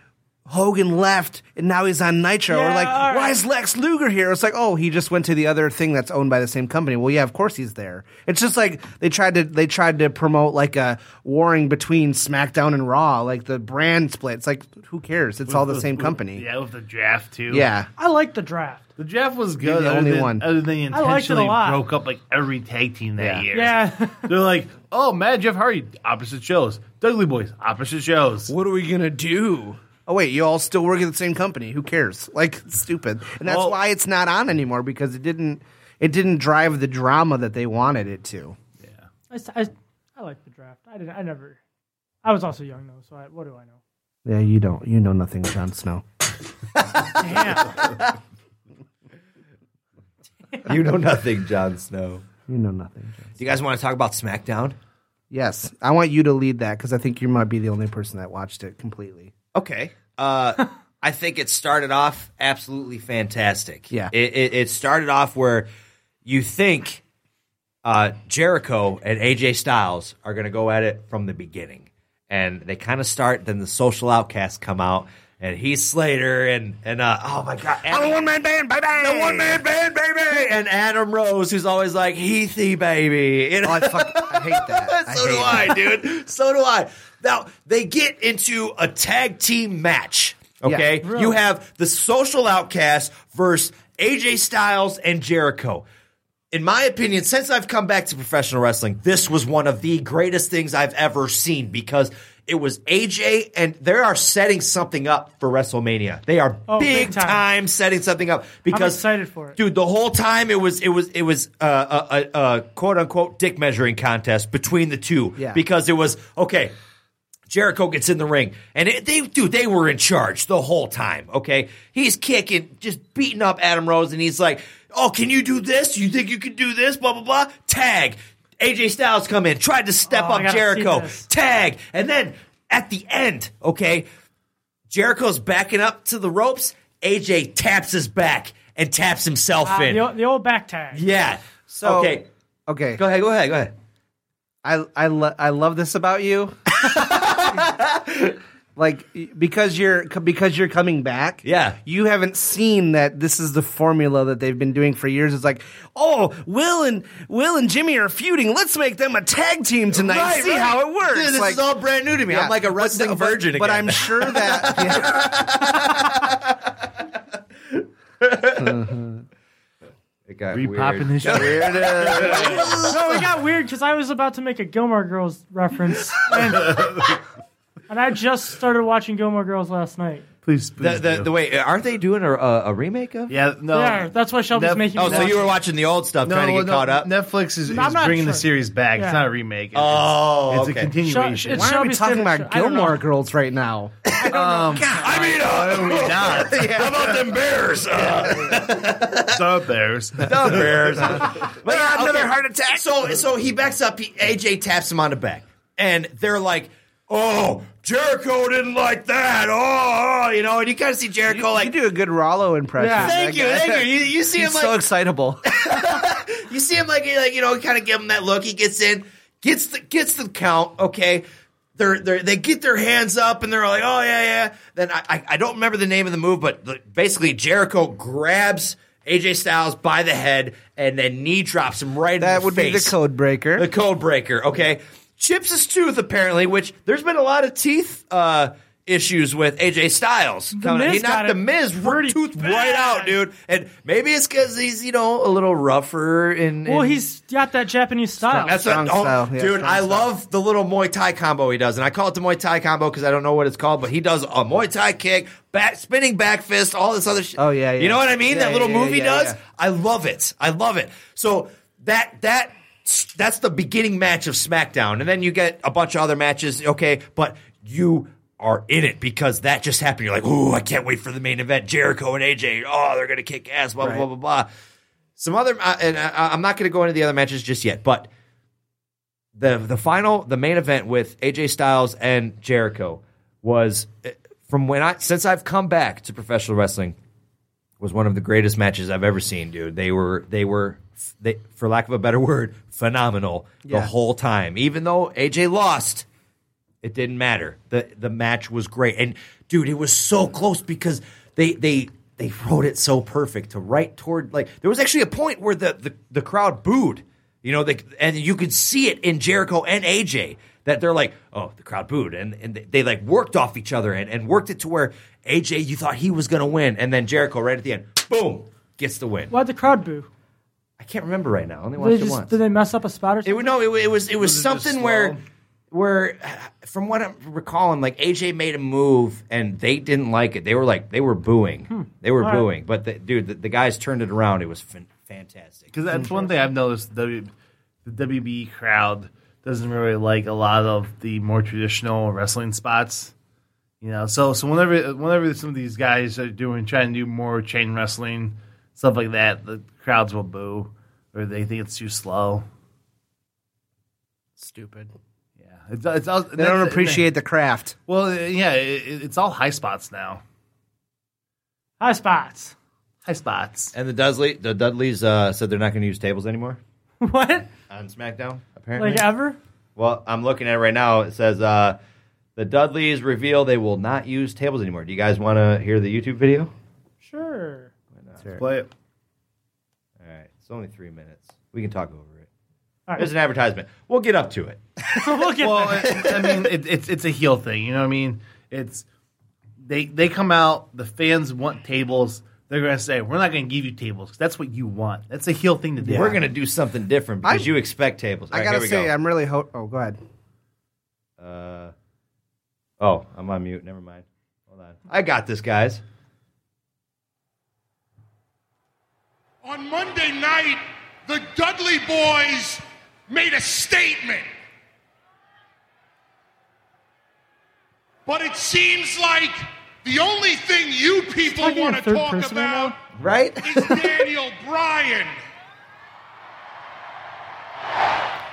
[SPEAKER 2] Hogan left and now he's on Nitro.
[SPEAKER 5] Yeah,
[SPEAKER 2] or like,
[SPEAKER 5] all right.
[SPEAKER 2] why is Lex Luger here? It's like, oh, he just went to the other thing that's owned by the same company. Well, yeah, of course he's there. It's just like they tried to they tried to promote like a warring between SmackDown and Raw, like the brand split. It's like who cares? It's all the same company.
[SPEAKER 4] Yeah, with the draft too.
[SPEAKER 2] Yeah.
[SPEAKER 5] I like the draft.
[SPEAKER 4] the draft was good.
[SPEAKER 2] the
[SPEAKER 4] other
[SPEAKER 2] only
[SPEAKER 4] than,
[SPEAKER 2] one.
[SPEAKER 4] Other than they
[SPEAKER 5] I liked it a
[SPEAKER 4] intentionally
[SPEAKER 5] lot.
[SPEAKER 4] broke up like every tag team that
[SPEAKER 2] Yeah.
[SPEAKER 4] year.
[SPEAKER 5] Yeah,
[SPEAKER 4] they're like, oh, Matt, Jeff Hardy, opposite shows. Dudley Boys, opposite shows.
[SPEAKER 2] What are we gonna do? Oh wait, you all still work at the same company. Who cares? Like stupid. And that's
[SPEAKER 4] Well-
[SPEAKER 2] why it's not on anymore because it didn't it didn't drive the drama that they wanted it to.
[SPEAKER 5] I, s- I s- I like the draft. I didn't. I never. I was also young though, so I, what do I know?
[SPEAKER 2] Yeah, you don't you know nothing, Jon Snow.
[SPEAKER 3] You know nothing, Jon Snow.
[SPEAKER 2] You know nothing. Jon.
[SPEAKER 3] Do you guys want to talk about SmackDown?
[SPEAKER 2] Yes, I want you to lead that because I think you might be the only person that watched it completely.
[SPEAKER 3] Okay. Uh, I think it started off absolutely fantastic.
[SPEAKER 2] Yeah.
[SPEAKER 3] It, it, it started off where you think uh, Jericho and AJ Styles are going to go at it from the beginning. And they kind of start, then the social outcasts come out, and he's Slater, and, and uh, oh my God. Adam-
[SPEAKER 2] man band, bye bye.
[SPEAKER 3] the one man band, baby! And Adam Rose, who's always like, Heathy, baby. You know?
[SPEAKER 2] Oh, I, fuck, I hate that.
[SPEAKER 3] so
[SPEAKER 2] hate
[SPEAKER 3] do
[SPEAKER 2] that.
[SPEAKER 3] I, dude. So do I. Now they get into a tag team match. Okay,
[SPEAKER 2] Yeah.
[SPEAKER 3] you have the Social Outcast versus AJ Styles and Jericho. In my opinion, since I've come back to professional wrestling, this was one of the greatest things I've ever seen because it was AJ and they are setting something up for WrestleMania. They are
[SPEAKER 5] Oh,
[SPEAKER 3] big,
[SPEAKER 5] big
[SPEAKER 3] time.
[SPEAKER 5] time.
[SPEAKER 3] setting something up because
[SPEAKER 5] excited for it.
[SPEAKER 3] dude. The whole time it was it was it was uh, a, a, a quote unquote dick measuring contest between the two
[SPEAKER 2] Yeah.
[SPEAKER 3] because it was okay. Jericho gets in the ring, and it, they, dude, they were in charge the whole time. Okay, he's kicking, just beating up Adam Rose, and he's like, "Oh, can you do this? You think you can do this?" Blah blah blah. Tag. AJ Styles come in, tried to step
[SPEAKER 5] Oh, I
[SPEAKER 3] up
[SPEAKER 5] gotta see
[SPEAKER 3] Jericho.
[SPEAKER 5] this.
[SPEAKER 3] Tag, and then at the end, okay, Jericho's backing up to the ropes. AJ taps his back and taps himself
[SPEAKER 5] Uh,
[SPEAKER 3] in.
[SPEAKER 5] the, o- the old back tag.
[SPEAKER 3] yeah.
[SPEAKER 2] So-
[SPEAKER 3] okay,
[SPEAKER 2] Okay,
[SPEAKER 3] go ahead, go ahead, go ahead.
[SPEAKER 2] I I, lo- I love this about you. like because you're because you're coming back.
[SPEAKER 3] Yeah.
[SPEAKER 2] you haven't seen that this is the formula that they've been doing for years. It's like, oh, Will and Will and Jimmy are feuding. Let's make them a tag team tonight. and see how it works.
[SPEAKER 3] Dude, this
[SPEAKER 2] Like-
[SPEAKER 3] is all brand new to me.
[SPEAKER 2] Yeah.
[SPEAKER 3] I'm like a
[SPEAKER 2] But
[SPEAKER 3] wrestling
[SPEAKER 2] no, but-
[SPEAKER 3] virgin
[SPEAKER 2] But
[SPEAKER 3] again.
[SPEAKER 2] I'm sure that. Yeah.
[SPEAKER 3] It got
[SPEAKER 4] Repopping
[SPEAKER 3] weird.
[SPEAKER 4] his
[SPEAKER 3] Got
[SPEAKER 4] shit.
[SPEAKER 3] weird, uh,
[SPEAKER 5] No, it got weird because I was about to make a Gilmore Girls reference, and, and I just started watching Gilmore Girls last night.
[SPEAKER 4] Please, please.
[SPEAKER 3] the,
[SPEAKER 4] do.
[SPEAKER 3] the, the way aren't they doing a, a, a remake of?
[SPEAKER 4] yeah, no.
[SPEAKER 5] There, that's why Shelby's
[SPEAKER 4] Nef-
[SPEAKER 5] making.
[SPEAKER 3] Oh,
[SPEAKER 5] me
[SPEAKER 3] so
[SPEAKER 5] watch
[SPEAKER 3] you
[SPEAKER 5] it.
[SPEAKER 3] were watching the old stuff, trying to get
[SPEAKER 4] no,
[SPEAKER 3] caught up.
[SPEAKER 4] Netflix is, is
[SPEAKER 5] I'm not
[SPEAKER 4] bringing the
[SPEAKER 5] sure.
[SPEAKER 4] series back.
[SPEAKER 5] Yeah.
[SPEAKER 4] It's not a remake. It's-
[SPEAKER 3] Oh,
[SPEAKER 4] it's
[SPEAKER 3] okay.
[SPEAKER 4] a continuation.
[SPEAKER 5] Shut-
[SPEAKER 2] Why are we
[SPEAKER 5] Shelby's
[SPEAKER 2] talking
[SPEAKER 5] favorite
[SPEAKER 2] about
[SPEAKER 5] show. I don't
[SPEAKER 2] Gilmore
[SPEAKER 5] know.
[SPEAKER 2] Girls right now?
[SPEAKER 3] I mean, uh,
[SPEAKER 4] not?
[SPEAKER 3] how about them bears? Uh,
[SPEAKER 4] Stop theirs.
[SPEAKER 3] the bears. but yeah, another heart attack. So, so he backs up. He, AJ taps him on the back, and they're like, "Oh, Jericho didn't like that." Oh, oh," you know, and you kind of see Jericho like.
[SPEAKER 2] you do a good Rollo impression.
[SPEAKER 5] Yeah.
[SPEAKER 3] Thank
[SPEAKER 2] That
[SPEAKER 3] you,
[SPEAKER 2] guy-
[SPEAKER 3] thank you. You, you see him
[SPEAKER 2] He's
[SPEAKER 3] like
[SPEAKER 2] so excitable.
[SPEAKER 3] You see him like, like you know, kind of give him that look. He gets in, gets the gets the count. Okay, they're they they get their hands up and they're like, oh yeah yeah. Then I I, I don't remember the name of the move, but the, basically Jericho grabs AJ Styles by the head and then knee drops him right.
[SPEAKER 2] That
[SPEAKER 3] in
[SPEAKER 2] would be the
[SPEAKER 3] face.
[SPEAKER 2] code breaker.
[SPEAKER 3] The code breaker. Okay, chips his tooth apparently, which there's been a lot of teeth. uh Issues with AJ Styles. Coming- he
[SPEAKER 5] Miz
[SPEAKER 3] knocked
[SPEAKER 5] got
[SPEAKER 3] the
[SPEAKER 5] it
[SPEAKER 3] Miz
[SPEAKER 5] pretty
[SPEAKER 3] tooth right
[SPEAKER 5] bad.
[SPEAKER 3] out, dude. And maybe it's because he's you know a little rougher and
[SPEAKER 5] Well,
[SPEAKER 3] and-
[SPEAKER 5] he's got that Japanese style.
[SPEAKER 3] that's
[SPEAKER 2] Strong
[SPEAKER 3] what, oh,
[SPEAKER 2] style, yeah,
[SPEAKER 3] dude.
[SPEAKER 2] strong
[SPEAKER 3] I
[SPEAKER 2] style.
[SPEAKER 3] love the little Muay Thai combo he does, and I call it the Muay Thai combo because I don't know what it's called, but he does a Muay Thai kick, back, spinning back fist, all this other shit.
[SPEAKER 2] Oh, yeah, yeah.
[SPEAKER 3] You know what I mean?
[SPEAKER 2] Yeah,
[SPEAKER 3] that little
[SPEAKER 2] yeah, yeah,
[SPEAKER 3] move he
[SPEAKER 2] yeah,
[SPEAKER 3] does.
[SPEAKER 2] yeah.
[SPEAKER 3] I love it. I love it. So that that that's the beginning match of SmackDown, and then you get a bunch of other matches. Okay, but you. Are in it because that just happened. You're like, ooh, I can't wait for the main event. Jericho and AJ, oh, they're gonna kick ass, blah blah blah blah blah. Some other, uh, and I, I'm not gonna go into the other matches just yet, but the the final the main event with AJ Styles and Jericho was eh, from when I since I've come back to professional wrestling was one of the greatest matches I've ever seen, dude. They were they were they for lack of a better word, phenomenal the whole time. Even though AJ lost, it didn't matter. The the match was great. And dude, it was so close because they they they wrote it so perfect to right toward like there was actually a point where the the, the crowd booed. You know, they, and you could see it in Jericho and AJ that they're like, oh, the crowd booed. And, and they, they like worked off each other and, and worked it to where AJ, you thought he was going to win. And then Jericho, right at the end, boom, gets the win.
[SPEAKER 5] Why'd the crowd boo?
[SPEAKER 3] I can't remember right now. I only watched
[SPEAKER 5] Did
[SPEAKER 3] it
[SPEAKER 5] they, just,
[SPEAKER 3] once.
[SPEAKER 5] did they mess up a spot or
[SPEAKER 3] It
[SPEAKER 5] something?
[SPEAKER 3] would no. It, wa- it was it was,
[SPEAKER 4] Was it just
[SPEAKER 3] something
[SPEAKER 4] slow?
[SPEAKER 3] where where from what I'm recalling, like AJ made a move and they didn't like it. They were like they were booing. They were booing. But the, dude, the, the guys turned it around. It was fan- fantastic.
[SPEAKER 4] Because that's one thing I've noticed. W, the WB crowd doesn't really like a lot of the more traditional wrestling spots. You know, so so whenever whenever some of these guys are doing trying to do more chain wrestling stuff like that, the crowds will boo or they think it's too slow.
[SPEAKER 2] Stupid.
[SPEAKER 4] Yeah, it's, it's all,
[SPEAKER 2] They don't appreciate the craft.
[SPEAKER 4] Well, yeah, it, it's all high spots now.
[SPEAKER 5] High spots.
[SPEAKER 4] High spots.
[SPEAKER 3] And the Dudley the Dudleys uh, said they're not going to use tables anymore
[SPEAKER 5] what?
[SPEAKER 3] on SmackDown. Apparently,
[SPEAKER 5] Like ever?
[SPEAKER 3] well, I'm looking at it right now. It says. Uh, the Dudleys reveal they will not use tables anymore. Do you guys want to hear the YouTube video?
[SPEAKER 5] Sure.
[SPEAKER 4] Play it.
[SPEAKER 3] All right, it's only three minutes. We can talk over it.
[SPEAKER 5] All right.
[SPEAKER 3] There's an advertisement. We'll get up to it.
[SPEAKER 5] Look at
[SPEAKER 4] well, it, I mean, it, it's it's a heel thing. You know what I mean? It's they they come out. The fans want tables. They're going to say, "We're not going to give you tables. 'cause That's what you want. That's a heel thing to do."
[SPEAKER 3] We're gonna do something different because
[SPEAKER 2] I-
[SPEAKER 3] you expect tables. All
[SPEAKER 2] I
[SPEAKER 3] right,
[SPEAKER 2] gotta
[SPEAKER 3] here we
[SPEAKER 2] say,
[SPEAKER 3] go.
[SPEAKER 2] I'm really ho- oh, go ahead.
[SPEAKER 3] Uh, oh, I'm on mute. Never mind. Hold on. I got this, guys.
[SPEAKER 7] On Monday night, the Dudley boys made a statement. But it seems like the only thing you people
[SPEAKER 5] talking in
[SPEAKER 7] want to
[SPEAKER 5] third
[SPEAKER 7] talk
[SPEAKER 5] person right
[SPEAKER 7] about
[SPEAKER 3] Right?
[SPEAKER 7] is Daniel Bryan.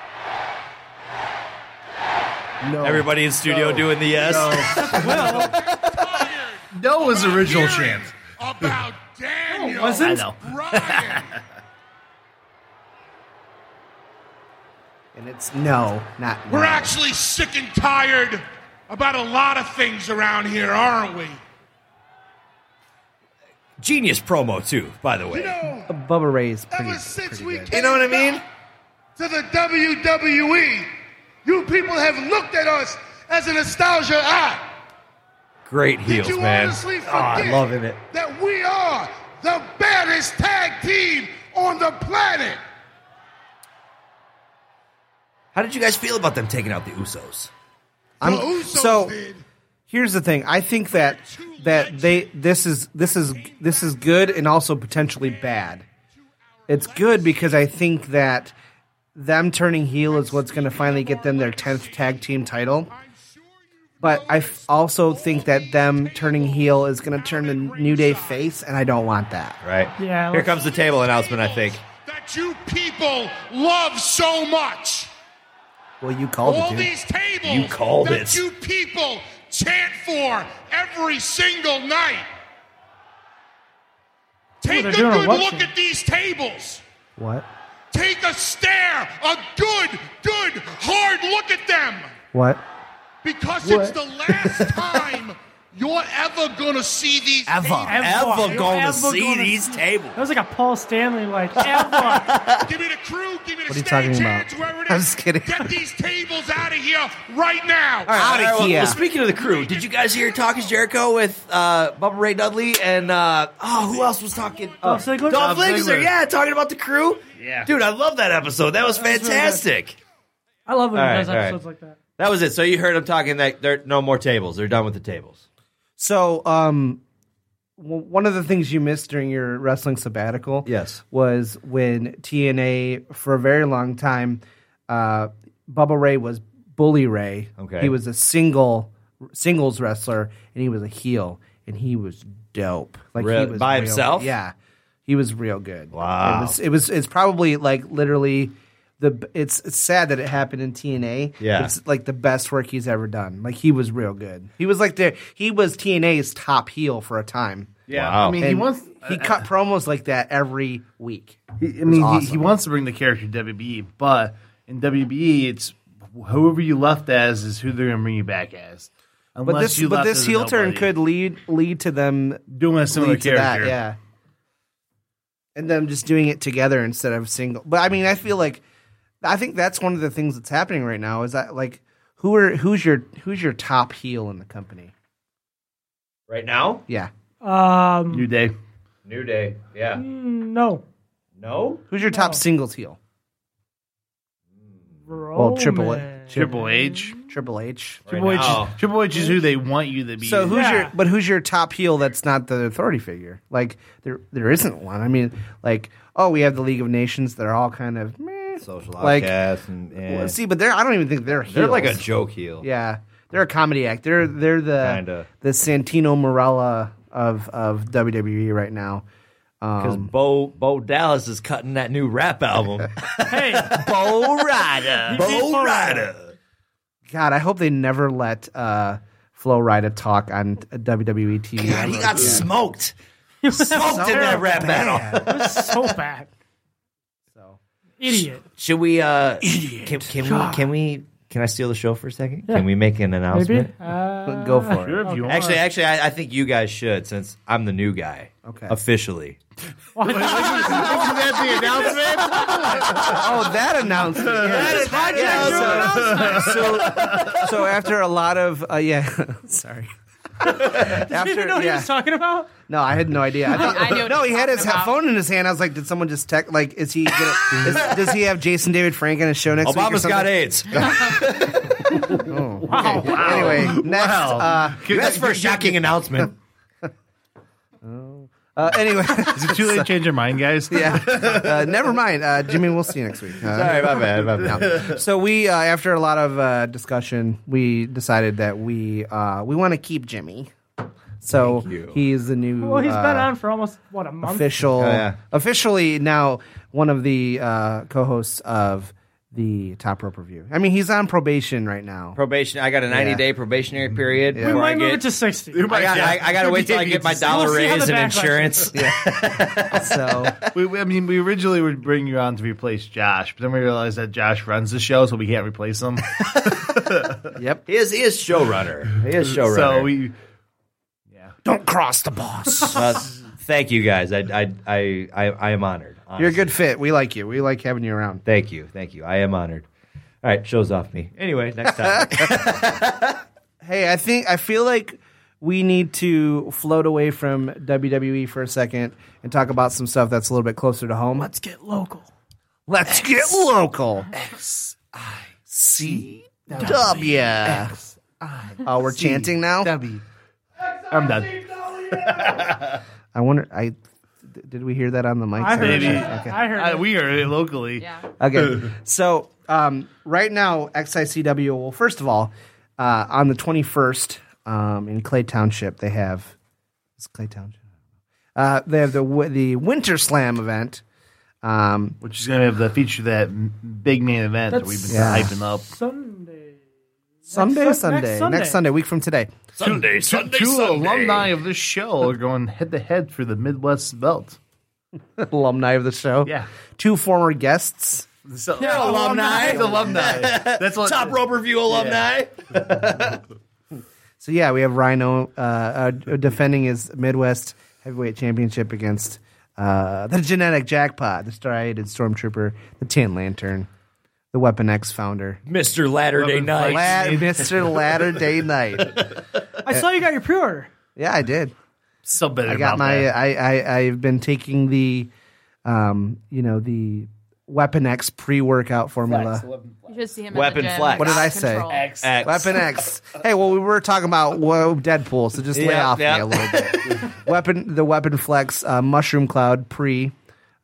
[SPEAKER 2] No,
[SPEAKER 3] Everybody in studio doing the yes.
[SPEAKER 7] Tired
[SPEAKER 4] No was
[SPEAKER 7] of
[SPEAKER 4] original
[SPEAKER 7] hearing
[SPEAKER 4] chant.
[SPEAKER 7] About Daniel
[SPEAKER 5] Oh, was it?
[SPEAKER 4] I know.
[SPEAKER 7] Bryan.
[SPEAKER 2] and it's no, not
[SPEAKER 7] We're
[SPEAKER 2] no.
[SPEAKER 7] actually sick and tired about a lot of things around here, aren't we?
[SPEAKER 3] Genius promo too, by the way.
[SPEAKER 7] You know,
[SPEAKER 2] Bubba Ray's pretty.
[SPEAKER 7] Ever since
[SPEAKER 2] pretty
[SPEAKER 7] we
[SPEAKER 2] good.
[SPEAKER 7] came
[SPEAKER 3] You know what I mean?
[SPEAKER 7] back To the WWE, E. you people have looked at us as a nostalgia eye.
[SPEAKER 3] Great
[SPEAKER 7] Did
[SPEAKER 3] heels,
[SPEAKER 7] you
[SPEAKER 3] man. Ah,
[SPEAKER 7] honestly forget
[SPEAKER 3] Oh, I'm loving it.
[SPEAKER 7] that we are the baddest tag team on the planet.
[SPEAKER 3] How did you guys feel about them taking out the Usos?
[SPEAKER 2] I'm,
[SPEAKER 7] The Usos
[SPEAKER 2] so
[SPEAKER 7] did.
[SPEAKER 2] here's the thing. I think that that they this is this is this is good and also potentially bad. It's good because I think that them turning heel is what's going to finally get them their tenth tag team title. But I f- also think that them turning heel is going to turn the New Day face, and I don't want that.
[SPEAKER 3] Right.
[SPEAKER 5] Yeah,
[SPEAKER 3] Here
[SPEAKER 5] let's-
[SPEAKER 3] comes the table announcement. I think.
[SPEAKER 7] That you people love so much.
[SPEAKER 2] Well, you called
[SPEAKER 7] All
[SPEAKER 2] it, dude.
[SPEAKER 7] these tables
[SPEAKER 3] You called
[SPEAKER 7] that
[SPEAKER 3] it.
[SPEAKER 7] you people chant for every single night. Take
[SPEAKER 5] they're
[SPEAKER 7] a
[SPEAKER 5] doing a
[SPEAKER 7] good
[SPEAKER 5] what
[SPEAKER 7] look
[SPEAKER 5] chant?
[SPEAKER 7] at these tables.
[SPEAKER 2] What?
[SPEAKER 7] Take a stare, a good, good, hard look at them.
[SPEAKER 2] What?
[SPEAKER 7] Because it's the last time you're ever going to see these tables.
[SPEAKER 3] Ever
[SPEAKER 5] Ever
[SPEAKER 3] going to
[SPEAKER 5] gonna
[SPEAKER 3] see
[SPEAKER 5] see-
[SPEAKER 3] these tables?
[SPEAKER 5] That was like a Paul Stanley, like, ever.
[SPEAKER 7] Give me the crew, give me the
[SPEAKER 2] What are you
[SPEAKER 7] stage
[SPEAKER 2] talking
[SPEAKER 7] hands,
[SPEAKER 2] about?
[SPEAKER 7] whoever it is.
[SPEAKER 2] I'm just kidding.
[SPEAKER 7] Get these tables out of here right now.
[SPEAKER 2] Out of
[SPEAKER 3] All right, well,
[SPEAKER 2] here.
[SPEAKER 3] well, speaking of the crew, did you guys hear Talking Jericho with uh, Bubba Ray Dudley and uh, oh, who else was talking?
[SPEAKER 5] Dolph Ziggler?
[SPEAKER 4] Dolph
[SPEAKER 3] Dolph
[SPEAKER 4] Ziggler.
[SPEAKER 3] Ziggler, yeah, talking about the crew.
[SPEAKER 4] Yeah.
[SPEAKER 3] dude, I love that episode. That was fantastic.
[SPEAKER 5] I love when
[SPEAKER 3] All
[SPEAKER 5] he
[SPEAKER 3] right,
[SPEAKER 5] does
[SPEAKER 3] all right.
[SPEAKER 5] episodes like that.
[SPEAKER 3] That was it. So you heard him talking that there no more tables. They're done with the tables.
[SPEAKER 2] So, um, w- one of the things you missed during your wrestling sabbatical,
[SPEAKER 3] Yes.
[SPEAKER 2] was when TNA for a very long time, uh, Bubba Ray was Bully Ray.
[SPEAKER 3] Okay.
[SPEAKER 2] he was a single singles wrestler, and he was a heel, and he was dope. Like
[SPEAKER 3] Re-
[SPEAKER 2] he was
[SPEAKER 3] by
[SPEAKER 2] real-
[SPEAKER 3] himself?
[SPEAKER 2] Yeah, he was real good.
[SPEAKER 3] Wow.
[SPEAKER 2] it was it was it's probably like literally. The, it's, it's sad that it happened in TNA.
[SPEAKER 3] Yeah.
[SPEAKER 2] It's like the best work he's ever done. Like he was real good. He was like there. He was TNA's top heel for a time.
[SPEAKER 4] Yeah,
[SPEAKER 3] Wow.
[SPEAKER 4] I mean, he
[SPEAKER 2] And
[SPEAKER 4] wants.
[SPEAKER 2] he cut promos like that every week.
[SPEAKER 4] He, I mean, he, he
[SPEAKER 2] awesome.
[SPEAKER 4] wants to bring the character to WBE, but in WBE, it's whoever you left as is who they're going to bring you back as. Unless
[SPEAKER 2] But this
[SPEAKER 4] you
[SPEAKER 2] but
[SPEAKER 4] left
[SPEAKER 2] this
[SPEAKER 4] as
[SPEAKER 2] heel turn
[SPEAKER 4] nobody.
[SPEAKER 2] could lead lead to them
[SPEAKER 4] doing a similar
[SPEAKER 2] lead to
[SPEAKER 4] character.
[SPEAKER 2] that, yeah. And them just doing it together instead of single. But I mean, I feel like I think that's one of the things that's happening right now is that like who are who's your who's your top heel in the company?
[SPEAKER 3] Right now,
[SPEAKER 2] Yeah.
[SPEAKER 5] Um,
[SPEAKER 4] New Day.
[SPEAKER 3] New Day. Yeah.
[SPEAKER 5] no.
[SPEAKER 3] No.
[SPEAKER 2] Who's your top singles heel?
[SPEAKER 5] oh,
[SPEAKER 2] Well, Triple
[SPEAKER 5] Roman.
[SPEAKER 2] H.
[SPEAKER 4] Triple H.
[SPEAKER 2] Triple H.
[SPEAKER 4] Triple H,
[SPEAKER 3] now.
[SPEAKER 4] is, Triple H is who they want you to be.
[SPEAKER 2] So who's
[SPEAKER 5] Yeah.
[SPEAKER 2] your but who's your top heel that's not the authority figure? Like there there isn't one. I mean, like oh, we have the League of Nations. They're all kind of meh.
[SPEAKER 3] Social
[SPEAKER 2] Like-
[SPEAKER 3] outcasts and, and
[SPEAKER 2] Well, see, but they're I don't even think they're heels.
[SPEAKER 3] they're like a joke heel.
[SPEAKER 2] yeah. They're a comedy act. They're they're the
[SPEAKER 3] Kinda.
[SPEAKER 2] the Santino Morella of of WWE right now.
[SPEAKER 3] Because Bo Bo Dallas is cutting that new rap album.
[SPEAKER 5] Hey,
[SPEAKER 3] Bo Rider. Bo Rider.
[SPEAKER 2] God, I hope they never let uh, Flo Rida talk on E WWE TV.
[SPEAKER 3] God, he got smoked.
[SPEAKER 5] he was
[SPEAKER 3] Smoked in that rap battle.
[SPEAKER 5] It was so bad. Idiot.
[SPEAKER 3] Should we? uh Can, can we? Can we? Can I steal the show for a second? Can we make an announcement?
[SPEAKER 5] Maybe? Uh,
[SPEAKER 2] Go for it.
[SPEAKER 4] Sure, if you want.
[SPEAKER 3] Actually, actually, I, I think you guys should, since I'm the new guy.
[SPEAKER 2] Okay.
[SPEAKER 3] Officially.
[SPEAKER 4] Isn't that the announcement?
[SPEAKER 2] Oh, that announcement. yes.
[SPEAKER 3] that
[SPEAKER 2] Yeah, so, so, so after a lot of uh, yeah, sorry.
[SPEAKER 5] Did you
[SPEAKER 2] after
[SPEAKER 5] know what he
[SPEAKER 2] yeah,
[SPEAKER 5] was talking about?
[SPEAKER 2] no, I had no idea. I thought,
[SPEAKER 6] I knew what
[SPEAKER 2] no,
[SPEAKER 6] he
[SPEAKER 2] he had
[SPEAKER 6] was
[SPEAKER 2] his
[SPEAKER 6] talking
[SPEAKER 2] ha-
[SPEAKER 6] about.
[SPEAKER 2] phone in his hand. I was like, did someone just text? Like, is he? Gonna, is, does he have Jason David Frank on his show next week? or
[SPEAKER 3] Obama's
[SPEAKER 2] something?
[SPEAKER 3] got AIDS.
[SPEAKER 2] Anyway, next.
[SPEAKER 4] Wow.
[SPEAKER 3] That's uh, for a shocking announcement.
[SPEAKER 2] Uh, uh, anyway,
[SPEAKER 4] Is it too late to change your mind, guys?
[SPEAKER 2] yeah. Uh, never mind, uh, Jimmy. We'll see you next week. Uh,
[SPEAKER 3] Sorry, my bad. My bad.
[SPEAKER 2] So we, uh, after a lot of uh, discussion, we decided that we uh, we want to keep Jimmy. So he's the new.
[SPEAKER 5] Well, he's been
[SPEAKER 2] uh,
[SPEAKER 5] on for almost, what, a month?
[SPEAKER 2] official,
[SPEAKER 3] Oh, yeah.
[SPEAKER 2] officially now one of the uh, co-hosts of the Top Rope Review. I mean, he's on probation right now.
[SPEAKER 3] Probation. I got a 90 day probationary period.
[SPEAKER 5] We
[SPEAKER 3] before I
[SPEAKER 5] might move
[SPEAKER 3] get-
[SPEAKER 5] it to 60.
[SPEAKER 3] I got,
[SPEAKER 4] Yeah.
[SPEAKER 3] I, I got to wait till I get my dollar
[SPEAKER 5] We'll see how
[SPEAKER 3] raise
[SPEAKER 5] the
[SPEAKER 3] and insurance.
[SPEAKER 5] backlash
[SPEAKER 2] So
[SPEAKER 4] We, we- I mean, we originally would bring you on to replace Josh, but then we realized that Josh runs the show, so we can't replace him.
[SPEAKER 2] yep.
[SPEAKER 3] He is, he is showrunner. He is showrunner.
[SPEAKER 4] so we
[SPEAKER 2] Don't cross the boss.
[SPEAKER 3] Uh, thank you guys. I I I I, I am honored. honestly.
[SPEAKER 2] You're a good fit. We like you. We like having you around.
[SPEAKER 3] Thank you. Thank you. I am honored. All right, shows off me. Anyway, next time.
[SPEAKER 2] Hey, I think I feel like we need to float away from WWE for a second and talk about some stuff that's a little bit closer to home. Let's get local. Let's get local. X I C W. Oh, we're chanting now.
[SPEAKER 4] W. I'm done.
[SPEAKER 2] I wonder. I th- did we hear that on the mic?
[SPEAKER 5] I heard
[SPEAKER 4] Maybe.
[SPEAKER 5] it.
[SPEAKER 2] Okay.
[SPEAKER 5] I heard
[SPEAKER 4] Uh,
[SPEAKER 5] it.
[SPEAKER 4] we are locally.
[SPEAKER 6] Yeah.
[SPEAKER 2] Okay. so um, right now, XICW. Well, first of all, uh, on the twenty first um, in Clay Township, they have it's Clay Township. Uh, they have the wi- the Winter Slam event. Um,
[SPEAKER 4] Which is going to have the feature of that m- big main event that
[SPEAKER 5] That's-
[SPEAKER 4] we've been
[SPEAKER 2] Yeah.
[SPEAKER 4] hyping up.
[SPEAKER 5] Sunday.
[SPEAKER 2] Sunday,
[SPEAKER 5] Sun-
[SPEAKER 2] Sunday,
[SPEAKER 5] next Sunday.
[SPEAKER 2] next Sunday, week from today.
[SPEAKER 3] Sunday,
[SPEAKER 4] Two- two alumni of this show are going head to head for the Midwest belt.
[SPEAKER 2] Alumni of the show.
[SPEAKER 4] Yeah.
[SPEAKER 2] Two former guests.
[SPEAKER 4] So,
[SPEAKER 3] alumni.
[SPEAKER 4] It's alumni. That's what
[SPEAKER 3] Top rope review alumni.
[SPEAKER 2] So yeah, we have Rhino uh, uh, defending his Midwest Heavyweight Championship against uh, the Genetic Jackpot, the Striated Stormtrooper, the Tin Lantern, the Weapon X founder,
[SPEAKER 3] Mr. Latter Day
[SPEAKER 4] Rubbing
[SPEAKER 3] Night.
[SPEAKER 2] Lad- Mr. Latter Day Knight.
[SPEAKER 5] I saw you got your pre-order.
[SPEAKER 2] Yeah, I did.
[SPEAKER 4] So better
[SPEAKER 2] I got
[SPEAKER 4] about
[SPEAKER 2] my. uh,
[SPEAKER 4] that.
[SPEAKER 2] I, I I've been taking the, um, you know the Weapon X pre-workout formula.
[SPEAKER 6] You should see him.
[SPEAKER 3] Weapon
[SPEAKER 6] at the gym.
[SPEAKER 3] flex. What
[SPEAKER 2] did
[SPEAKER 6] Out
[SPEAKER 2] I
[SPEAKER 6] of
[SPEAKER 2] say?
[SPEAKER 6] control.
[SPEAKER 3] X.
[SPEAKER 2] Weapon X. Hey, well, we were talking about whoa, Deadpool, so just lay
[SPEAKER 3] Yeah,
[SPEAKER 2] off
[SPEAKER 3] yeah.
[SPEAKER 2] me a little bit. weapon, the Weapon Flex uh, Mushroom Cloud Pre.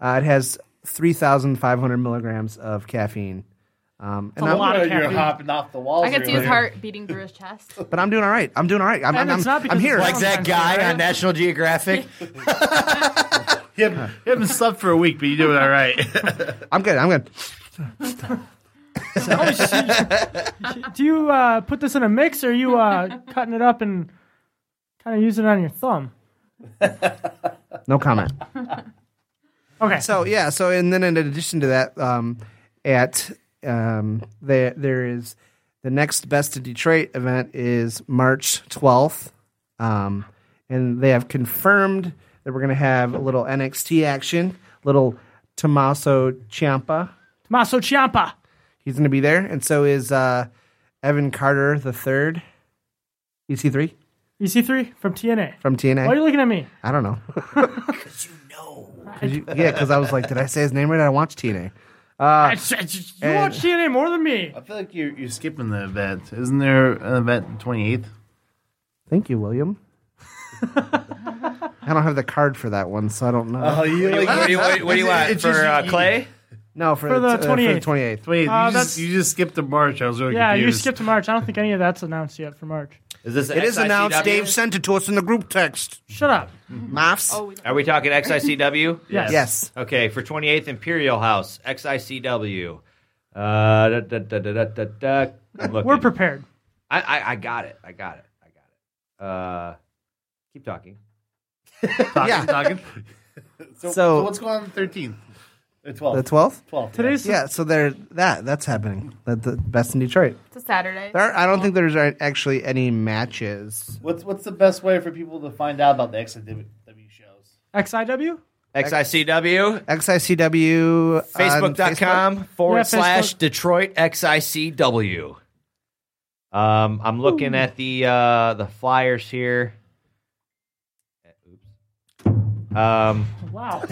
[SPEAKER 2] Uh, it has three thousand five hundred milligrams of caffeine. Um, and
[SPEAKER 5] a
[SPEAKER 2] I'm,
[SPEAKER 5] lot. of
[SPEAKER 8] You're
[SPEAKER 5] caffeine.
[SPEAKER 8] hopping off the walls.
[SPEAKER 6] I could see his
[SPEAKER 8] earlier.
[SPEAKER 6] heart beating through his chest.
[SPEAKER 2] but I'm doing all right. I'm doing all right. I'm,
[SPEAKER 5] And
[SPEAKER 2] I'm,
[SPEAKER 5] it's not
[SPEAKER 2] I'm
[SPEAKER 5] because it's
[SPEAKER 2] here.
[SPEAKER 5] like
[SPEAKER 3] Like that guy on National Geographic.
[SPEAKER 4] Him- haven't slept for a week, but you're doing all right.
[SPEAKER 2] I'm good. I'm good.
[SPEAKER 5] Do you uh, put this in a mix, or are you uh, cutting it up and kind of using it on your thumb?
[SPEAKER 2] No comment.
[SPEAKER 5] Okay.
[SPEAKER 2] So yeah. So and then in addition to that, um, at um, there there is the next Best of Detroit event is March twelfth, um, and they have confirmed that we're going to have a little NXT action, little Tommaso Ciampa.
[SPEAKER 5] Tommaso Ciampa.
[SPEAKER 2] He's going to be there, and so is uh, Evan Carter the third, EC three
[SPEAKER 5] EC3 E from TNA.
[SPEAKER 2] from TNA.
[SPEAKER 5] Why are you looking at me?
[SPEAKER 2] I don't know. Because you know. yeah, because I was like, did I say his name right? I watched TNA.
[SPEAKER 5] I- I- you watch TNA more than me.
[SPEAKER 4] I feel like you're, you're skipping the event. Isn't there an event 28th?
[SPEAKER 2] Thank you, William. I don't have the card for that one, so I don't know.
[SPEAKER 8] Oh, you like,
[SPEAKER 3] What do you, what, do you- what do you want
[SPEAKER 4] It's
[SPEAKER 3] for
[SPEAKER 4] just-
[SPEAKER 3] uh, Clay?
[SPEAKER 2] no, for,
[SPEAKER 5] For the
[SPEAKER 2] uh, for the
[SPEAKER 5] 28th.
[SPEAKER 2] 28th.
[SPEAKER 4] Wait,
[SPEAKER 5] Uh,
[SPEAKER 4] you,
[SPEAKER 5] that's-
[SPEAKER 4] just, you just skipped to March. I was really
[SPEAKER 5] Yeah, you
[SPEAKER 4] confused.
[SPEAKER 5] skipped to March. I don't think any of that's announced yet for March.
[SPEAKER 3] Is this
[SPEAKER 2] It is announced. Dave sent it to us in the group text.
[SPEAKER 5] Shut up.
[SPEAKER 2] Maths?
[SPEAKER 6] Oh, we
[SPEAKER 3] Are we talking XICW?
[SPEAKER 5] Yes.
[SPEAKER 2] yes.
[SPEAKER 3] Okay, for 28th Imperial House, XICW. Uh, da, da, da, da, da, da, da. I'm looking.
[SPEAKER 5] We're prepared.
[SPEAKER 3] I, I, I got it. I got it. I got it. Uh, keep talking.
[SPEAKER 4] Talking,
[SPEAKER 2] Yeah.
[SPEAKER 4] talking.
[SPEAKER 8] so,
[SPEAKER 2] So-
[SPEAKER 8] so what's going on the 13th? The 12th.
[SPEAKER 2] The 12th?
[SPEAKER 8] 12th.
[SPEAKER 5] Today's
[SPEAKER 2] Yeah, so there that that's happening. That the best in Detroit.
[SPEAKER 6] It's a Saturday.
[SPEAKER 2] There are, I don't think there's a- actually any matches.
[SPEAKER 8] What's what's the best way for people to find out about the XW shows?
[SPEAKER 5] XIW.
[SPEAKER 3] XICW,
[SPEAKER 2] XICW on Facebook.
[SPEAKER 3] facebook.com forward
[SPEAKER 5] Yeah, Facebook.
[SPEAKER 3] slash Detroit XICW. Um, I'm looking at the uh, the flyers here. Oops. Um,
[SPEAKER 5] Wow.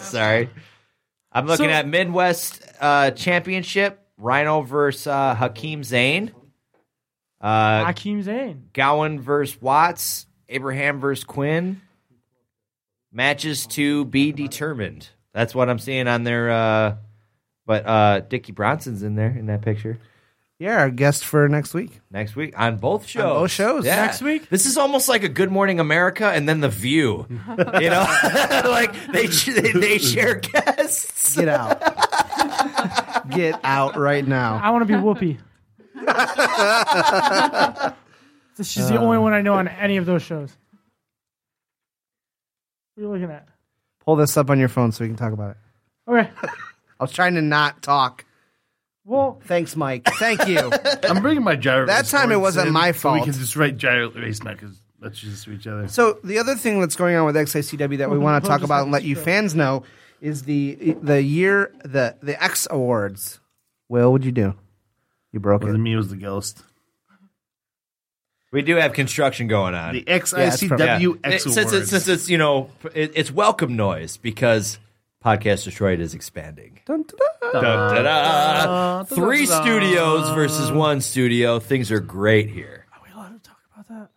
[SPEAKER 3] Sorry. I'm looking
[SPEAKER 5] So-
[SPEAKER 3] at Midwest uh, Championship Rhino versus uh, Hakeem Zayn, uh,
[SPEAKER 5] Hakeem Zane.
[SPEAKER 3] Gowan versus Watts, Abraham versus Quinn. Matches to be determined. That's what I'm seeing on their. Uh, but uh, Dickie Bronson's in there in that picture
[SPEAKER 2] Yeah, our guest for next week.
[SPEAKER 3] next week on both shows.
[SPEAKER 2] both shows.
[SPEAKER 5] Next week?
[SPEAKER 3] This is almost like a Good Morning America and then The View. you know, like they they, they share guests.
[SPEAKER 2] Get out. Get out right now.
[SPEAKER 5] I want to be Whoopi. She's the only one I know on any of those shows. What are you looking at?
[SPEAKER 2] Pull this up on your phone so we can talk about it.
[SPEAKER 5] Okay.
[SPEAKER 2] I was trying to not talk.
[SPEAKER 5] Well,
[SPEAKER 2] Thanks, Mike. Thank you.
[SPEAKER 4] I'm bringing my gyro.
[SPEAKER 2] That time it wasn't my
[SPEAKER 4] So we
[SPEAKER 2] fault.
[SPEAKER 4] can just write gyro race because let's just each other.
[SPEAKER 2] so the other thing that's going on with XICW that we want to talk about and let you fans know is the the year the the X Awards. Will, what'd you do? You broke
[SPEAKER 4] Well, to
[SPEAKER 2] it.
[SPEAKER 4] me, it was the ghost.
[SPEAKER 3] We do have construction going on.
[SPEAKER 4] The
[SPEAKER 3] Yeah.
[SPEAKER 4] XICW
[SPEAKER 3] It-
[SPEAKER 4] X
[SPEAKER 3] since, it's, since it's you know it, it's welcome noise because podcast Detroit is expanding. Dun, da-da. Three studios versus one studio. Things are great here.
[SPEAKER 5] Are we allowed to talk about that?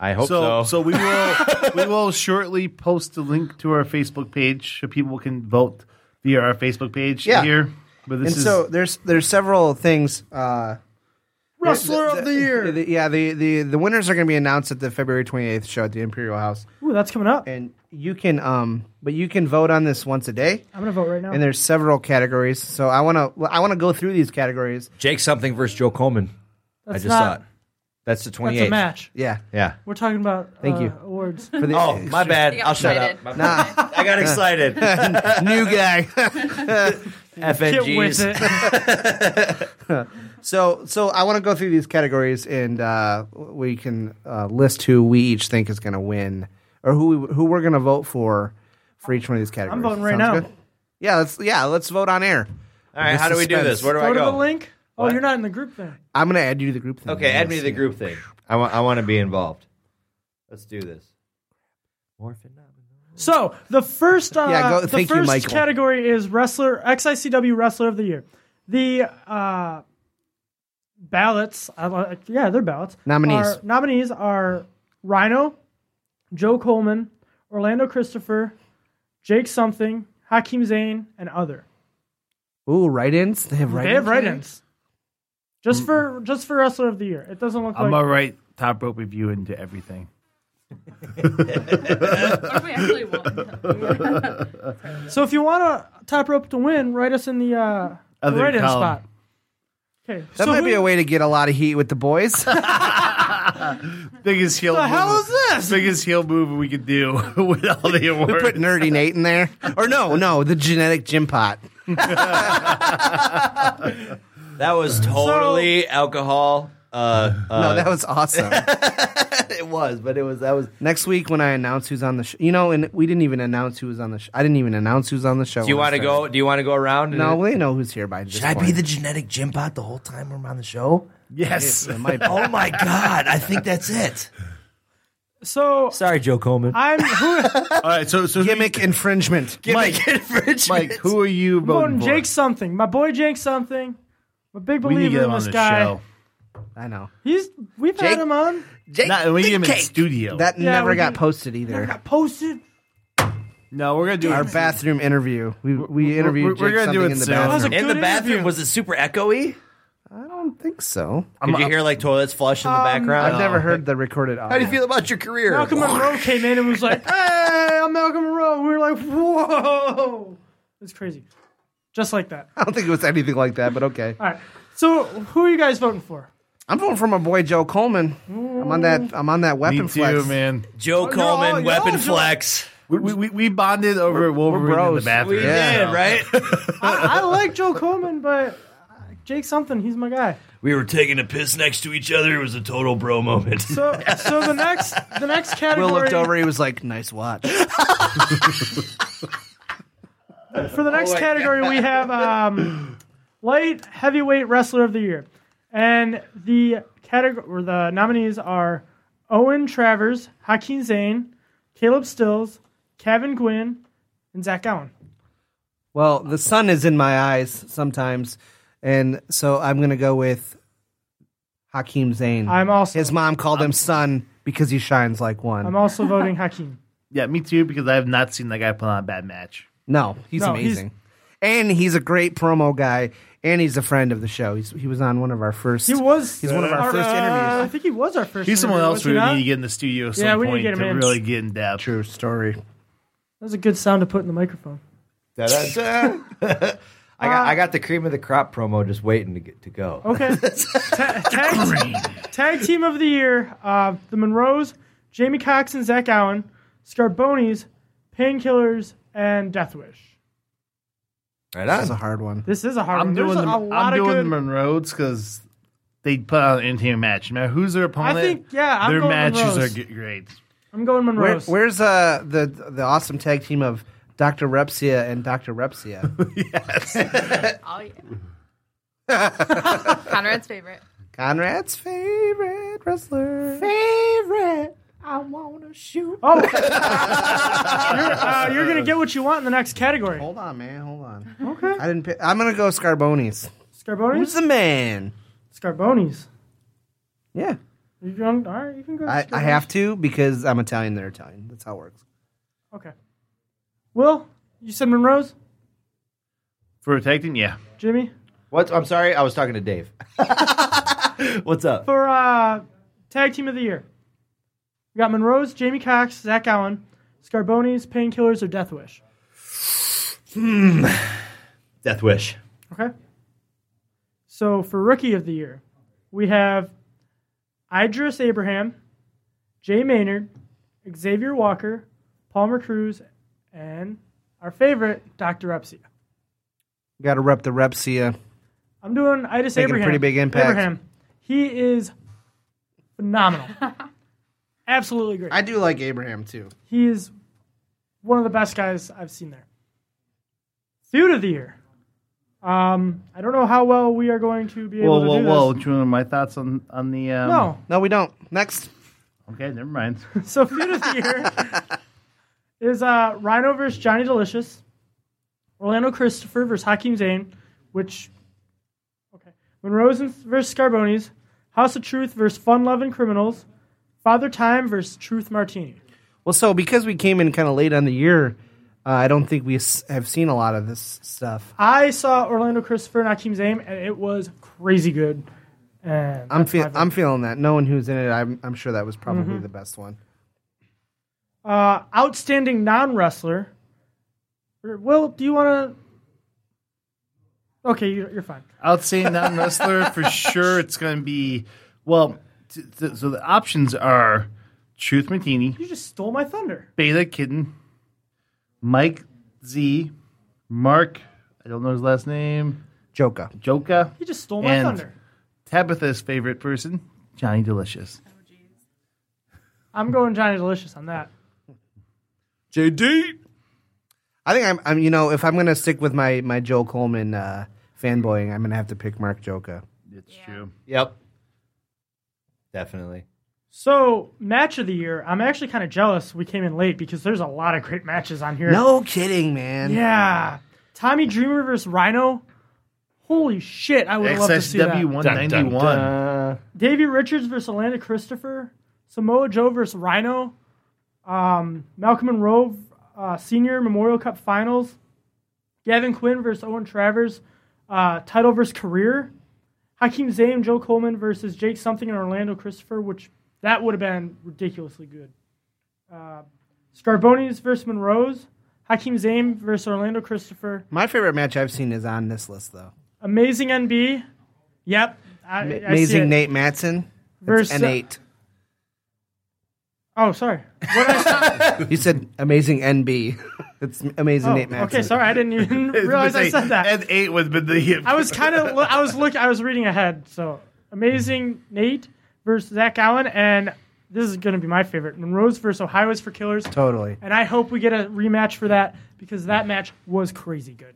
[SPEAKER 3] I hope
[SPEAKER 4] So,
[SPEAKER 3] so.
[SPEAKER 4] so we will we will shortly post a link to our Facebook page so people can vote via our Facebook page
[SPEAKER 2] Yeah.
[SPEAKER 4] here. But this
[SPEAKER 2] and
[SPEAKER 4] is
[SPEAKER 2] so there's there's several things. Uh,
[SPEAKER 4] Wrestler of the Year.
[SPEAKER 2] the- yeah, the, the the winners are going to be announced at the February 28th show at the Imperial House,
[SPEAKER 5] Ooh, that's coming up.
[SPEAKER 2] and you can um, but you can vote on this once a day.
[SPEAKER 5] I'm gonna vote right now.
[SPEAKER 2] And there's several categories, so I want to I want to go through these categories.
[SPEAKER 3] Jake something versus Joe Coleman. I
[SPEAKER 5] That's
[SPEAKER 3] just
[SPEAKER 5] not-
[SPEAKER 3] saw it. That's the
[SPEAKER 5] that's
[SPEAKER 3] 28th.
[SPEAKER 5] a match.
[SPEAKER 2] Yeah.
[SPEAKER 3] Yeah.
[SPEAKER 5] We're talking about
[SPEAKER 2] Thank
[SPEAKER 5] uh,
[SPEAKER 2] you.
[SPEAKER 5] awards.
[SPEAKER 2] For the
[SPEAKER 3] Oh, my bad.
[SPEAKER 6] He got
[SPEAKER 3] I'll shut
[SPEAKER 6] excited.
[SPEAKER 3] up. My bad. I got excited.
[SPEAKER 2] new guy.
[SPEAKER 5] Get with
[SPEAKER 3] FNGs.
[SPEAKER 5] it.
[SPEAKER 2] so so I want to go through these categories, and uh, we can uh, list who we each think is going to win, or who we, who we're going to vote for for each one of these categories.
[SPEAKER 5] voting right
[SPEAKER 2] Sounds
[SPEAKER 5] now.
[SPEAKER 2] good? Yeah, let's yeah let's vote on air.
[SPEAKER 3] All right, how do we do
[SPEAKER 2] Suspense.
[SPEAKER 3] this? Where do I
[SPEAKER 5] Go to
[SPEAKER 3] go?
[SPEAKER 5] the link. Oh, you're not in the group there.
[SPEAKER 2] I'm going to add you to the group. Thing
[SPEAKER 3] Okay, add me to the
[SPEAKER 2] Yes.
[SPEAKER 3] group thing. I want. I want to be involved. Let's do this. Morphin up.
[SPEAKER 5] So the first, uh,
[SPEAKER 2] Yeah, go-
[SPEAKER 5] the
[SPEAKER 2] thank you,
[SPEAKER 5] first
[SPEAKER 2] Michael.
[SPEAKER 5] category is wrestler XICW wrestler of the year. The uh, ballots, I li- yeah, they're ballots.
[SPEAKER 2] Nominees.
[SPEAKER 5] are- nominees are Rhino, Joe Coleman, Orlando Christopher, Jake Something, Hakeem Zane, and other.
[SPEAKER 2] Ooh, write-ins. They have
[SPEAKER 5] they
[SPEAKER 2] write-ins.
[SPEAKER 5] have write-ins. Just for just for wrestler of the year. It doesn't look
[SPEAKER 4] I'm
[SPEAKER 5] like
[SPEAKER 4] gonna write top rope review into everything.
[SPEAKER 6] What if we actually won?
[SPEAKER 5] So if you want a top rope to win, write us in the uh,
[SPEAKER 4] Other
[SPEAKER 5] write in
[SPEAKER 4] column.
[SPEAKER 5] spot. Okay,
[SPEAKER 2] That might be a way to get a lot of heat with the boys.
[SPEAKER 4] Biggest heel.
[SPEAKER 5] The
[SPEAKER 4] move-
[SPEAKER 5] hell is this?
[SPEAKER 4] Biggest heel move we could do with all the awards.
[SPEAKER 2] Put Nerdy Nate in there, or no, no, the genetic gym pot.
[SPEAKER 3] That was totally alcohol. Uh, uh,
[SPEAKER 2] No, that was awesome.
[SPEAKER 3] it was, but it was that was.
[SPEAKER 2] Next week when I announce who's on the show, you know, and we didn't even announce who was on the show. I didn't even announce who's on the show.
[SPEAKER 3] Do you want to go? Do you want to go around? and-
[SPEAKER 2] No, we know who's here by this
[SPEAKER 3] Should I be
[SPEAKER 2] point.
[SPEAKER 3] the genetic gym bot the whole time we're on the show?
[SPEAKER 4] yes.
[SPEAKER 2] It might be.
[SPEAKER 3] Oh my god! I think that's it.
[SPEAKER 5] so
[SPEAKER 3] Sorry, Joe Coleman.
[SPEAKER 5] I'm who
[SPEAKER 4] all right. So so
[SPEAKER 2] gimmick infringement.
[SPEAKER 3] Mike, infringement.
[SPEAKER 4] Mike, who are you voting
[SPEAKER 5] voting
[SPEAKER 4] for?
[SPEAKER 5] Jake something. My boy Jake something. I'm a big
[SPEAKER 4] we need to
[SPEAKER 5] believer
[SPEAKER 4] get him
[SPEAKER 5] in
[SPEAKER 4] on
[SPEAKER 5] this
[SPEAKER 4] the
[SPEAKER 5] guy.
[SPEAKER 4] show.
[SPEAKER 2] I know
[SPEAKER 5] He's we've
[SPEAKER 2] Jake-
[SPEAKER 5] had him on.
[SPEAKER 2] Jake,
[SPEAKER 4] Not, we need him in studio.
[SPEAKER 2] that
[SPEAKER 5] Yeah,
[SPEAKER 2] never
[SPEAKER 5] we
[SPEAKER 2] got
[SPEAKER 5] did.
[SPEAKER 2] posted either.
[SPEAKER 5] Got posted.
[SPEAKER 4] no, we're gonna do
[SPEAKER 2] Our
[SPEAKER 4] our best.
[SPEAKER 2] bathroom interview. We we interviewed.
[SPEAKER 4] we're
[SPEAKER 2] Jake
[SPEAKER 4] gonna do
[SPEAKER 2] something
[SPEAKER 4] it
[SPEAKER 2] in the
[SPEAKER 4] soon.
[SPEAKER 2] bathroom.
[SPEAKER 5] Good
[SPEAKER 3] in the bathroom
[SPEAKER 5] interview.
[SPEAKER 3] was it super echoey?
[SPEAKER 2] I don't think so.
[SPEAKER 3] Did you hear like toilets flush in the background?
[SPEAKER 2] I've never heard the recorded audio.
[SPEAKER 3] How do you feel about your career?
[SPEAKER 5] Malcolm Monroe came in and was like, "Hey, I'm Malcolm Monroe." We were like, "Whoa, it's crazy," just like that.
[SPEAKER 2] I don't think it was anything like that, but okay.
[SPEAKER 5] All right. So who are you guys voting for?
[SPEAKER 2] I'm voting for my boy Joe Coleman. I'm on that. I'm on that
[SPEAKER 4] Me
[SPEAKER 2] weapon
[SPEAKER 4] too,
[SPEAKER 2] flex.
[SPEAKER 4] man.
[SPEAKER 3] Joe Coleman,
[SPEAKER 2] no,
[SPEAKER 3] weapon
[SPEAKER 2] Joe-
[SPEAKER 3] flex.
[SPEAKER 4] We, we, we bonded over Wolverine in the
[SPEAKER 2] bros.
[SPEAKER 4] bathroom.
[SPEAKER 2] We Yeah.
[SPEAKER 3] Did, right?
[SPEAKER 5] I, I like Joe Coleman, but uh, Jake something. He's my guy.
[SPEAKER 3] we were taking a piss next to each other. It was a total bro moment.
[SPEAKER 5] So, so the next, the next
[SPEAKER 2] Will
[SPEAKER 5] category
[SPEAKER 2] looked over. He was like, "Nice watch."
[SPEAKER 5] for the next category we have um, light heavyweight wrestler of the year, and the category or the nominees are Owen Travers, Hakeem Zane, Caleb Stills, Kevin Gwynn, and Zach Gowen.
[SPEAKER 2] Well, the sun is in my eyes sometimes, and so I'm gonna go with Hakeem Zayn.
[SPEAKER 5] I'm also
[SPEAKER 2] His mom called him son because he shines like one.
[SPEAKER 5] I'm also voting Hakeem.
[SPEAKER 4] Yeah, me too, because I have not seen that guy put on a bad match.
[SPEAKER 2] no, he's
[SPEAKER 5] No, he's-
[SPEAKER 2] amazing, and he's a great promo guy, and he's a friend of the show. He's, he was on one of our first.
[SPEAKER 5] He was. uh,
[SPEAKER 2] He's one of our first
[SPEAKER 5] I
[SPEAKER 2] interviews.
[SPEAKER 5] think he was our first.
[SPEAKER 4] He's someone
[SPEAKER 5] interview,
[SPEAKER 4] else
[SPEAKER 5] was
[SPEAKER 4] we
[SPEAKER 5] he
[SPEAKER 4] would
[SPEAKER 5] not?
[SPEAKER 4] need to get in the studio at some
[SPEAKER 5] Yeah, we need to
[SPEAKER 4] point
[SPEAKER 5] get him
[SPEAKER 4] to
[SPEAKER 5] in.
[SPEAKER 4] really get in depth.
[SPEAKER 2] True story.
[SPEAKER 5] That was a good sound to put in the microphone.
[SPEAKER 3] Da-da-da. I got I got the cream of the crop promo just waiting to get to go.
[SPEAKER 5] Okay. Ta- tag, tag team of the year: uh, the Monroes, Jamie Cox and Zach Allen, Scarbonis, Painkillers, and Death Wish.
[SPEAKER 3] Right
[SPEAKER 2] That's a
[SPEAKER 3] on.
[SPEAKER 2] hard one.
[SPEAKER 5] This is a hard
[SPEAKER 4] I'm
[SPEAKER 5] one. There's
[SPEAKER 4] doing the,
[SPEAKER 5] a, a lot
[SPEAKER 4] I'm doing the
[SPEAKER 5] of good.
[SPEAKER 4] Monroes because they put on an interior match. No matter who's their opponent,
[SPEAKER 5] think- yeah, I'm
[SPEAKER 4] their
[SPEAKER 5] going
[SPEAKER 4] matches
[SPEAKER 5] Monroes.
[SPEAKER 4] are g- great.
[SPEAKER 5] I'm going
[SPEAKER 2] Where,
[SPEAKER 5] Monroes.
[SPEAKER 2] where's uh the the awesome tag team of Dr. Repsia and Dr. Repsia?
[SPEAKER 6] Oh, yeah. Conrad's favorite.
[SPEAKER 2] Conrad's favorite wrestler.
[SPEAKER 4] Favorite. I wanna shoot.
[SPEAKER 5] Oh, you're, uh, you're gonna get what you want in the next category.
[SPEAKER 2] Hold on, man. Hold on. Okay. I didn't. Pick, I'm gonna go Scarbonis. Who's
[SPEAKER 5] Scarbonis.
[SPEAKER 2] the man?
[SPEAKER 5] Scarbonis.
[SPEAKER 2] Yeah,
[SPEAKER 5] You going? All right, you can go.
[SPEAKER 2] I, I
[SPEAKER 5] Scarbonis.
[SPEAKER 2] have to because I'm Italian. They're Italian. That's how it works.
[SPEAKER 5] Okay. Will you said Monroe's?
[SPEAKER 4] For protecting, yeah.
[SPEAKER 5] Jimmy
[SPEAKER 3] What? I'm sorry, I was talking to Dave. What's up?
[SPEAKER 5] for uh, tag team of the year. We got Monroe's, Jamie Cox, Zach Allen, Scarbonis, Painkillers, or Death Wish.
[SPEAKER 3] Death Wish.
[SPEAKER 5] Okay. So for rookie of the year, we have Idris Abraham, Jay Maynard, Xavier Walker, Palmer Cruz, and our favorite, Dr. Epsia.
[SPEAKER 2] Got to rep the Repsia.
[SPEAKER 5] I'm doing Idris
[SPEAKER 2] Making a
[SPEAKER 5] Abraham.
[SPEAKER 2] pretty big impact.
[SPEAKER 5] Abraham. He is phenomenal. Absolutely great.
[SPEAKER 2] I do like Abraham too.
[SPEAKER 5] he is one of the best guys I've seen there. Feud of the year. Um, I don't know how well we are going to be able
[SPEAKER 4] Whoa,
[SPEAKER 5] to
[SPEAKER 4] whoa,
[SPEAKER 5] do
[SPEAKER 4] whoa!
[SPEAKER 5] this.
[SPEAKER 4] Do you want my thoughts on on the? Um,
[SPEAKER 5] No,
[SPEAKER 2] No, we don't. Next.
[SPEAKER 4] Okay, never mind.
[SPEAKER 5] So feud of the year is uh, Rhino versus Johnny Delicious, Orlando Christopher versus Hakeem Zayn, which okay, Monroe's and- versus Scarbonis, House of Truth versus Fun Loving Criminals, Father Time versus Truth Martini.
[SPEAKER 2] Well, so because we came in kind of late on the year, uh, I don't think we s- have seen a lot of this stuff.
[SPEAKER 5] I saw Orlando Christopher and Hakeem Zayn, and it was crazy good. And
[SPEAKER 2] I'm feel, I'm feeling that. Knowing who's in it, I'm I'm sure that was probably the best one.
[SPEAKER 5] uh, outstanding non wrestler. Will, do you want to? Okay, you- you're fine.
[SPEAKER 4] Outstanding non wrestler for sure. It's going to be well. T- t- so the options are Truth Martini,
[SPEAKER 5] You just stole my thunder.
[SPEAKER 4] Beta Kitten, Mike Z, Mark. I don't know his last name.
[SPEAKER 2] Joka.
[SPEAKER 4] Joka,
[SPEAKER 5] You just stole my
[SPEAKER 4] And-
[SPEAKER 5] thunder.
[SPEAKER 4] Tabitha's favorite person, Johnny Delicious.
[SPEAKER 5] I'm going Johnny Delicious on that.
[SPEAKER 3] JD.
[SPEAKER 2] I think I'm I'm you know if I'm gonna stick with my my Joe Coleman uh, fanboying, I'm gonna have to pick Mark Joka.
[SPEAKER 4] It's true.
[SPEAKER 3] Yep. Definitely.
[SPEAKER 5] So, match of the year. I'm actually kind of jealous we came in late because there's a lot of great matches on here.
[SPEAKER 2] No kidding, man.
[SPEAKER 5] Yeah. Tommy Dreamer versus Rhino. Holy shit, I would love to see
[SPEAKER 4] XSW
[SPEAKER 5] that.
[SPEAKER 4] one ninety one.
[SPEAKER 5] Davey Richards versus Atlanta Christopher. Samoa Joe versus Rhino. Um, Malcolm Monroe, uh, Senior Memorial Cup Finals. Gavin Quinn versus Owen Travers. Uh, title versus career. Hakeem Zayn, Joe Coleman versus Jake Something and Orlando Christopher, which that would have been ridiculously good. Uh, Scarbonis versus Monroe's. Hakeem Zayn versus Orlando Christopher.
[SPEAKER 2] My favorite match I've seen is on this list though.
[SPEAKER 5] Amazing NB. Yep. I, I see it.
[SPEAKER 2] Amazing Nate Matson. That's
[SPEAKER 5] Versa-
[SPEAKER 2] N eight.
[SPEAKER 5] Oh, sorry.
[SPEAKER 2] You said amazing NB. It's amazing Nate
[SPEAKER 5] Oh,
[SPEAKER 2] Matson.
[SPEAKER 5] okay, sorry, I didn't even realize I said that.
[SPEAKER 4] And eight would have been the.
[SPEAKER 5] I was kind of I was look I was reading ahead. So amazing Nate versus Zach Allen, and this is going to be my favorite Monroe's versus Ohio's for Killers,
[SPEAKER 2] Totally.
[SPEAKER 5] and I hope we get a rematch for that because that match was crazy good.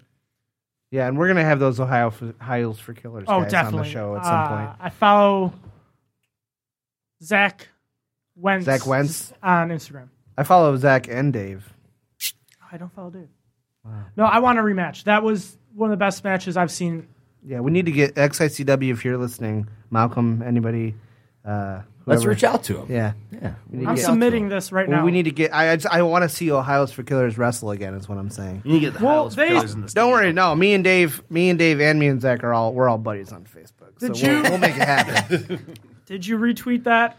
[SPEAKER 2] Yeah, and we're gonna have those Ohio f- Hiles for Killers
[SPEAKER 5] Oh,
[SPEAKER 2] guys
[SPEAKER 5] definitely
[SPEAKER 2] on the show at some
[SPEAKER 5] Uh,
[SPEAKER 2] point.
[SPEAKER 5] I follow Zach Wentz.
[SPEAKER 2] Zach Wentz?
[SPEAKER 5] on Instagram. Oh,
[SPEAKER 2] I follow Zach and Dave.
[SPEAKER 5] I don't follow Dave. No, I want a rematch. That was one of the best matches I've seen.
[SPEAKER 2] Yeah, we need to get XICW if you're listening, Malcolm. Anybody? Uh,
[SPEAKER 3] Let's
[SPEAKER 2] whoever.
[SPEAKER 3] reach out to him.
[SPEAKER 2] Yeah,
[SPEAKER 3] Yeah.
[SPEAKER 2] we need
[SPEAKER 5] I'm
[SPEAKER 2] to get,
[SPEAKER 5] submitting this right
[SPEAKER 2] well,
[SPEAKER 5] now.
[SPEAKER 2] we need to get. I I, just- I want to see Ohio's for Killers wrestle again. Is what I'm saying.
[SPEAKER 4] You get the
[SPEAKER 5] Well,
[SPEAKER 4] Hiles
[SPEAKER 5] they-
[SPEAKER 4] brothers in the
[SPEAKER 2] Don't worry. No, me and Dave, me and Dave, and me and Zach are all we're all buddies on Facebook. So
[SPEAKER 5] Did
[SPEAKER 2] we'll,
[SPEAKER 5] you-
[SPEAKER 2] we'll make it happen.
[SPEAKER 5] Did you retweet that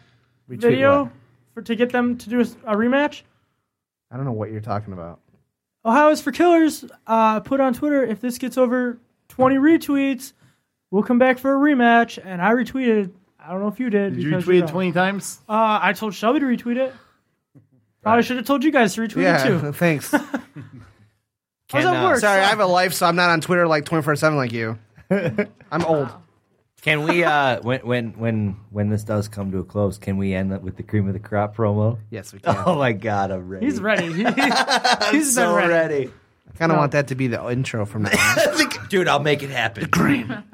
[SPEAKER 2] Retweet
[SPEAKER 5] video
[SPEAKER 2] what?
[SPEAKER 5] for to get them to do a, s- a rematch?
[SPEAKER 2] I don't know what you're talking about.
[SPEAKER 5] Ohio is for killers. Uh, put on Twitter if this gets over 20 retweets, we'll come back for a rematch. And I retweeted. I don't know if you did.
[SPEAKER 4] Did you
[SPEAKER 5] because
[SPEAKER 4] retweet
[SPEAKER 5] don't.
[SPEAKER 4] it 20 times?
[SPEAKER 5] Uh, I told Shelby to retweet it. Probably should have told you guys to retweet it
[SPEAKER 2] Yeah,
[SPEAKER 5] too.
[SPEAKER 2] thanks. Sorry,
[SPEAKER 5] I was at
[SPEAKER 3] uh,
[SPEAKER 5] work.
[SPEAKER 2] I
[SPEAKER 5] so-
[SPEAKER 2] have a life, so I'm not on Twitter like 24 seven like you. I'm old.
[SPEAKER 3] Can we uh when when when when this does come to a close, can we end up with the cream of the crop promo?
[SPEAKER 2] Yes, we can.
[SPEAKER 3] Oh my god, I'm ready.
[SPEAKER 5] he's ready. He, has
[SPEAKER 3] so
[SPEAKER 5] been ready.
[SPEAKER 3] ready.
[SPEAKER 2] Kind of want that to be the intro from now on.
[SPEAKER 3] Dude, I'll make it happen.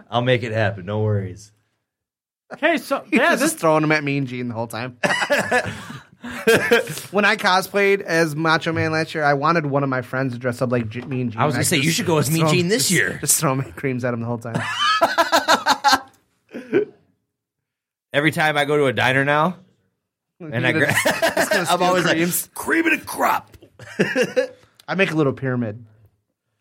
[SPEAKER 3] I'll make it happen. No worries.
[SPEAKER 5] Okay, so
[SPEAKER 2] He's
[SPEAKER 5] yeah,
[SPEAKER 2] just
[SPEAKER 5] this
[SPEAKER 2] throwing them at Mean Gene the whole time. when I cosplayed as Macho Man last year, I wanted one of my friends to dress up like G- Mean Gene.
[SPEAKER 3] I was gonna
[SPEAKER 2] just-
[SPEAKER 3] say you should go as Mean
[SPEAKER 2] throw-
[SPEAKER 3] Gene this year.
[SPEAKER 2] Just throw my creams at him the whole time.
[SPEAKER 3] Every time I go to a diner now, and I gra- I'm always like cream and a crop.
[SPEAKER 2] I make a little pyramid.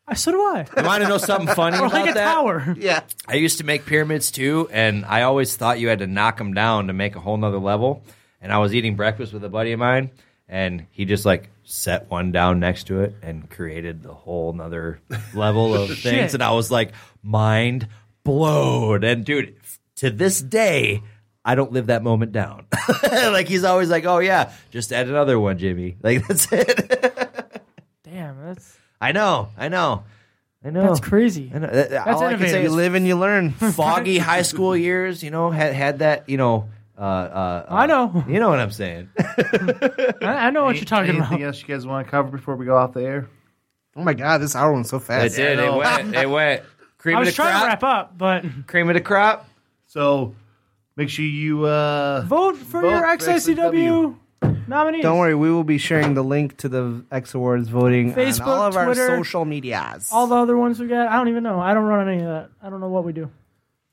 [SPEAKER 5] I so do I.
[SPEAKER 3] You want to know something funny
[SPEAKER 5] Or
[SPEAKER 3] about
[SPEAKER 5] like a
[SPEAKER 3] that?
[SPEAKER 5] tower.
[SPEAKER 2] Yeah.
[SPEAKER 3] I used to make pyramids too, and I always thought you had to knock them down to make a whole nother level. And I was eating breakfast with a buddy of mine, and he just like set one down next to it and created the whole nother level of things. And I was like, mind blown. And dude, f- to this day, I don't live that moment down. like he's always like, oh yeah, just add another one, Jimmy. Like that's it.
[SPEAKER 5] Damn, that's
[SPEAKER 3] I know, I know, I know.
[SPEAKER 5] that's crazy.
[SPEAKER 3] I know.
[SPEAKER 2] uh,
[SPEAKER 3] That- that- uh, all I can say
[SPEAKER 5] innovative.
[SPEAKER 2] You
[SPEAKER 3] is
[SPEAKER 2] live and you learn.
[SPEAKER 3] foggy high school years, you know, had had that, you know. Uh, uh, uh,
[SPEAKER 5] I know.
[SPEAKER 3] You know what I'm saying.
[SPEAKER 5] I, I know what you're talking
[SPEAKER 4] Anything
[SPEAKER 5] about.
[SPEAKER 4] else you guys want to cover before we go off the air?
[SPEAKER 2] Oh my god, this hour went so fast.
[SPEAKER 3] did. It went. It went. Cream
[SPEAKER 5] I
[SPEAKER 3] of the
[SPEAKER 5] was trying
[SPEAKER 3] crop.
[SPEAKER 5] to wrap up, but
[SPEAKER 3] Cream of the crop.
[SPEAKER 4] So make sure you uh,
[SPEAKER 5] vote for
[SPEAKER 4] Vote
[SPEAKER 5] your
[SPEAKER 4] for
[SPEAKER 5] XICW nominees.
[SPEAKER 2] Don't worry, we will be sharing the link to the X Awards voting
[SPEAKER 5] Facebook,
[SPEAKER 2] on all of
[SPEAKER 5] Twitter,
[SPEAKER 2] our social medias.
[SPEAKER 5] All the other ones we got, I don't even know. I don't run any of that. I don't know what we do.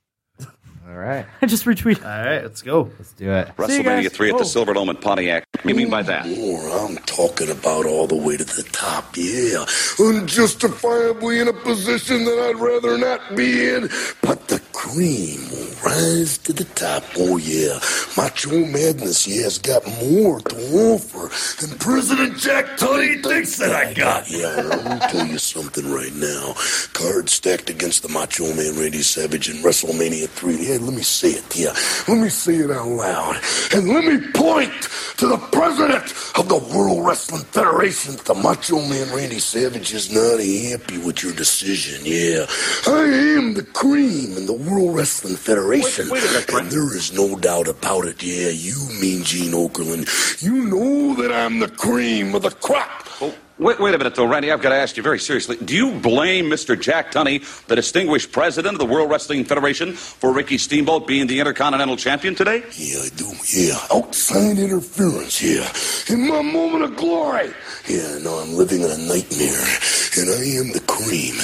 [SPEAKER 3] All right,
[SPEAKER 5] I just retweet.
[SPEAKER 4] All right, let's go.
[SPEAKER 3] let's do it.
[SPEAKER 5] See you guys.
[SPEAKER 9] WrestleMania 3 at
[SPEAKER 5] Oh.
[SPEAKER 9] the Silverdome in Pontiac. What do you mean by that?
[SPEAKER 10] More I'm talking about all the way to the top, yeah. Unjustifiably in a position that I'd rather not be in, but the cream will rise to the top, oh yeah. Macho Madness, yeah, has got more to offer than President Jack Tunney thinks that I got. Yeah, and I'm gonna tell you something right now. Cards stacked against the Macho Man Randy Savage in WrestleMania 3. Yeah, let me say it, yeah. Let me say it out loud. And let me point to the president of the World Wrestling Federation that the Macho Man Randy Savage is not happy with your decision. Yeah, I am the cream in the World Wrestling Federation,
[SPEAKER 9] Wait- wait a minute, Brent.
[SPEAKER 10] and there is no doubt about it. Yeah, you mean Gene Okerlund. You know that I'm the cream of the crop.
[SPEAKER 9] Oh, Wait, wait a minute, though, Randy. I've got to ask you very seriously. Do you blame Mr. Jack Tunney, the distinguished president of the World Wrestling Federation, for Ricky Steamboat being the Intercontinental Champion today?
[SPEAKER 10] Yeah, I do. Yeah, outside interference. Yeah, in my moment of glory. Yeah, no, I'm living in a nightmare, and I am the cream.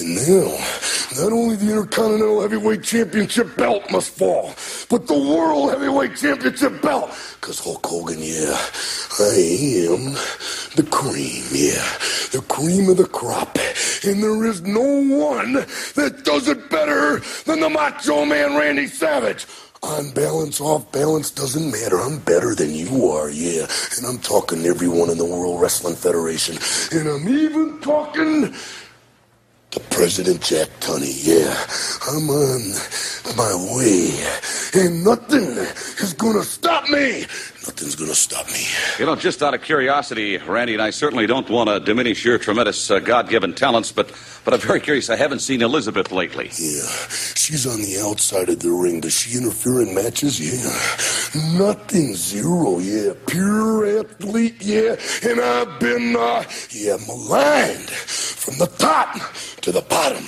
[SPEAKER 10] And now, not only the Intercontinental Heavyweight Championship belt must fall, but the World Heavyweight Championship belt. Cause Hulk Hogan, yeah, I am the cream. Yeah, the cream of the crop, and there is no one that does it better than the Macho Man Randy Savage. On balance, off balance, doesn't matter. I'm better than you are, yeah. And I'm talking to everyone in the World Wrestling Federation. And I'm even talking to President Jack Tunney, yeah. I'm on my way. And nothing is gonna stop me. Nothing's gonna stop me.
[SPEAKER 9] You know, just out of curiosity, Randy, and I certainly don't want to diminish your tremendous uh, God-given talents, but but I'm very curious. I haven't seen Elizabeth lately.
[SPEAKER 10] Yeah, she's on the outside of the ring. Does she interfere in matches? Yeah. Nothing zero, yeah. Pure athlete, yeah. And I've been, uh, yeah, maligned from the top to the bottom.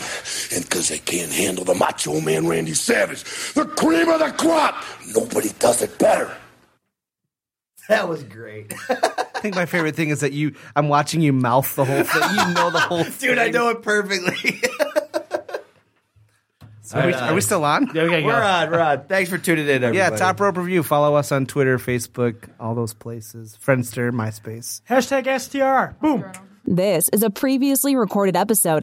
[SPEAKER 10] And because they can't handle the macho man Randy Savage, the cream of the crop, nobody does it better.
[SPEAKER 2] That was great. I think my favorite thing is that you. I'm watching you mouth the whole thing. You know the whole thing.
[SPEAKER 3] Dude, I know it perfectly.
[SPEAKER 2] So are, we, are we still on?
[SPEAKER 4] Yeah, we gotta
[SPEAKER 3] We're
[SPEAKER 4] go.
[SPEAKER 3] on. We're on. Thanks for tuning in, everybody.
[SPEAKER 2] Yeah, top rope review. Follow us on Twitter, Facebook, all those places. Friendster, MySpace.
[SPEAKER 5] Hashtag STR. Boom.
[SPEAKER 1] This is a previously recorded episode.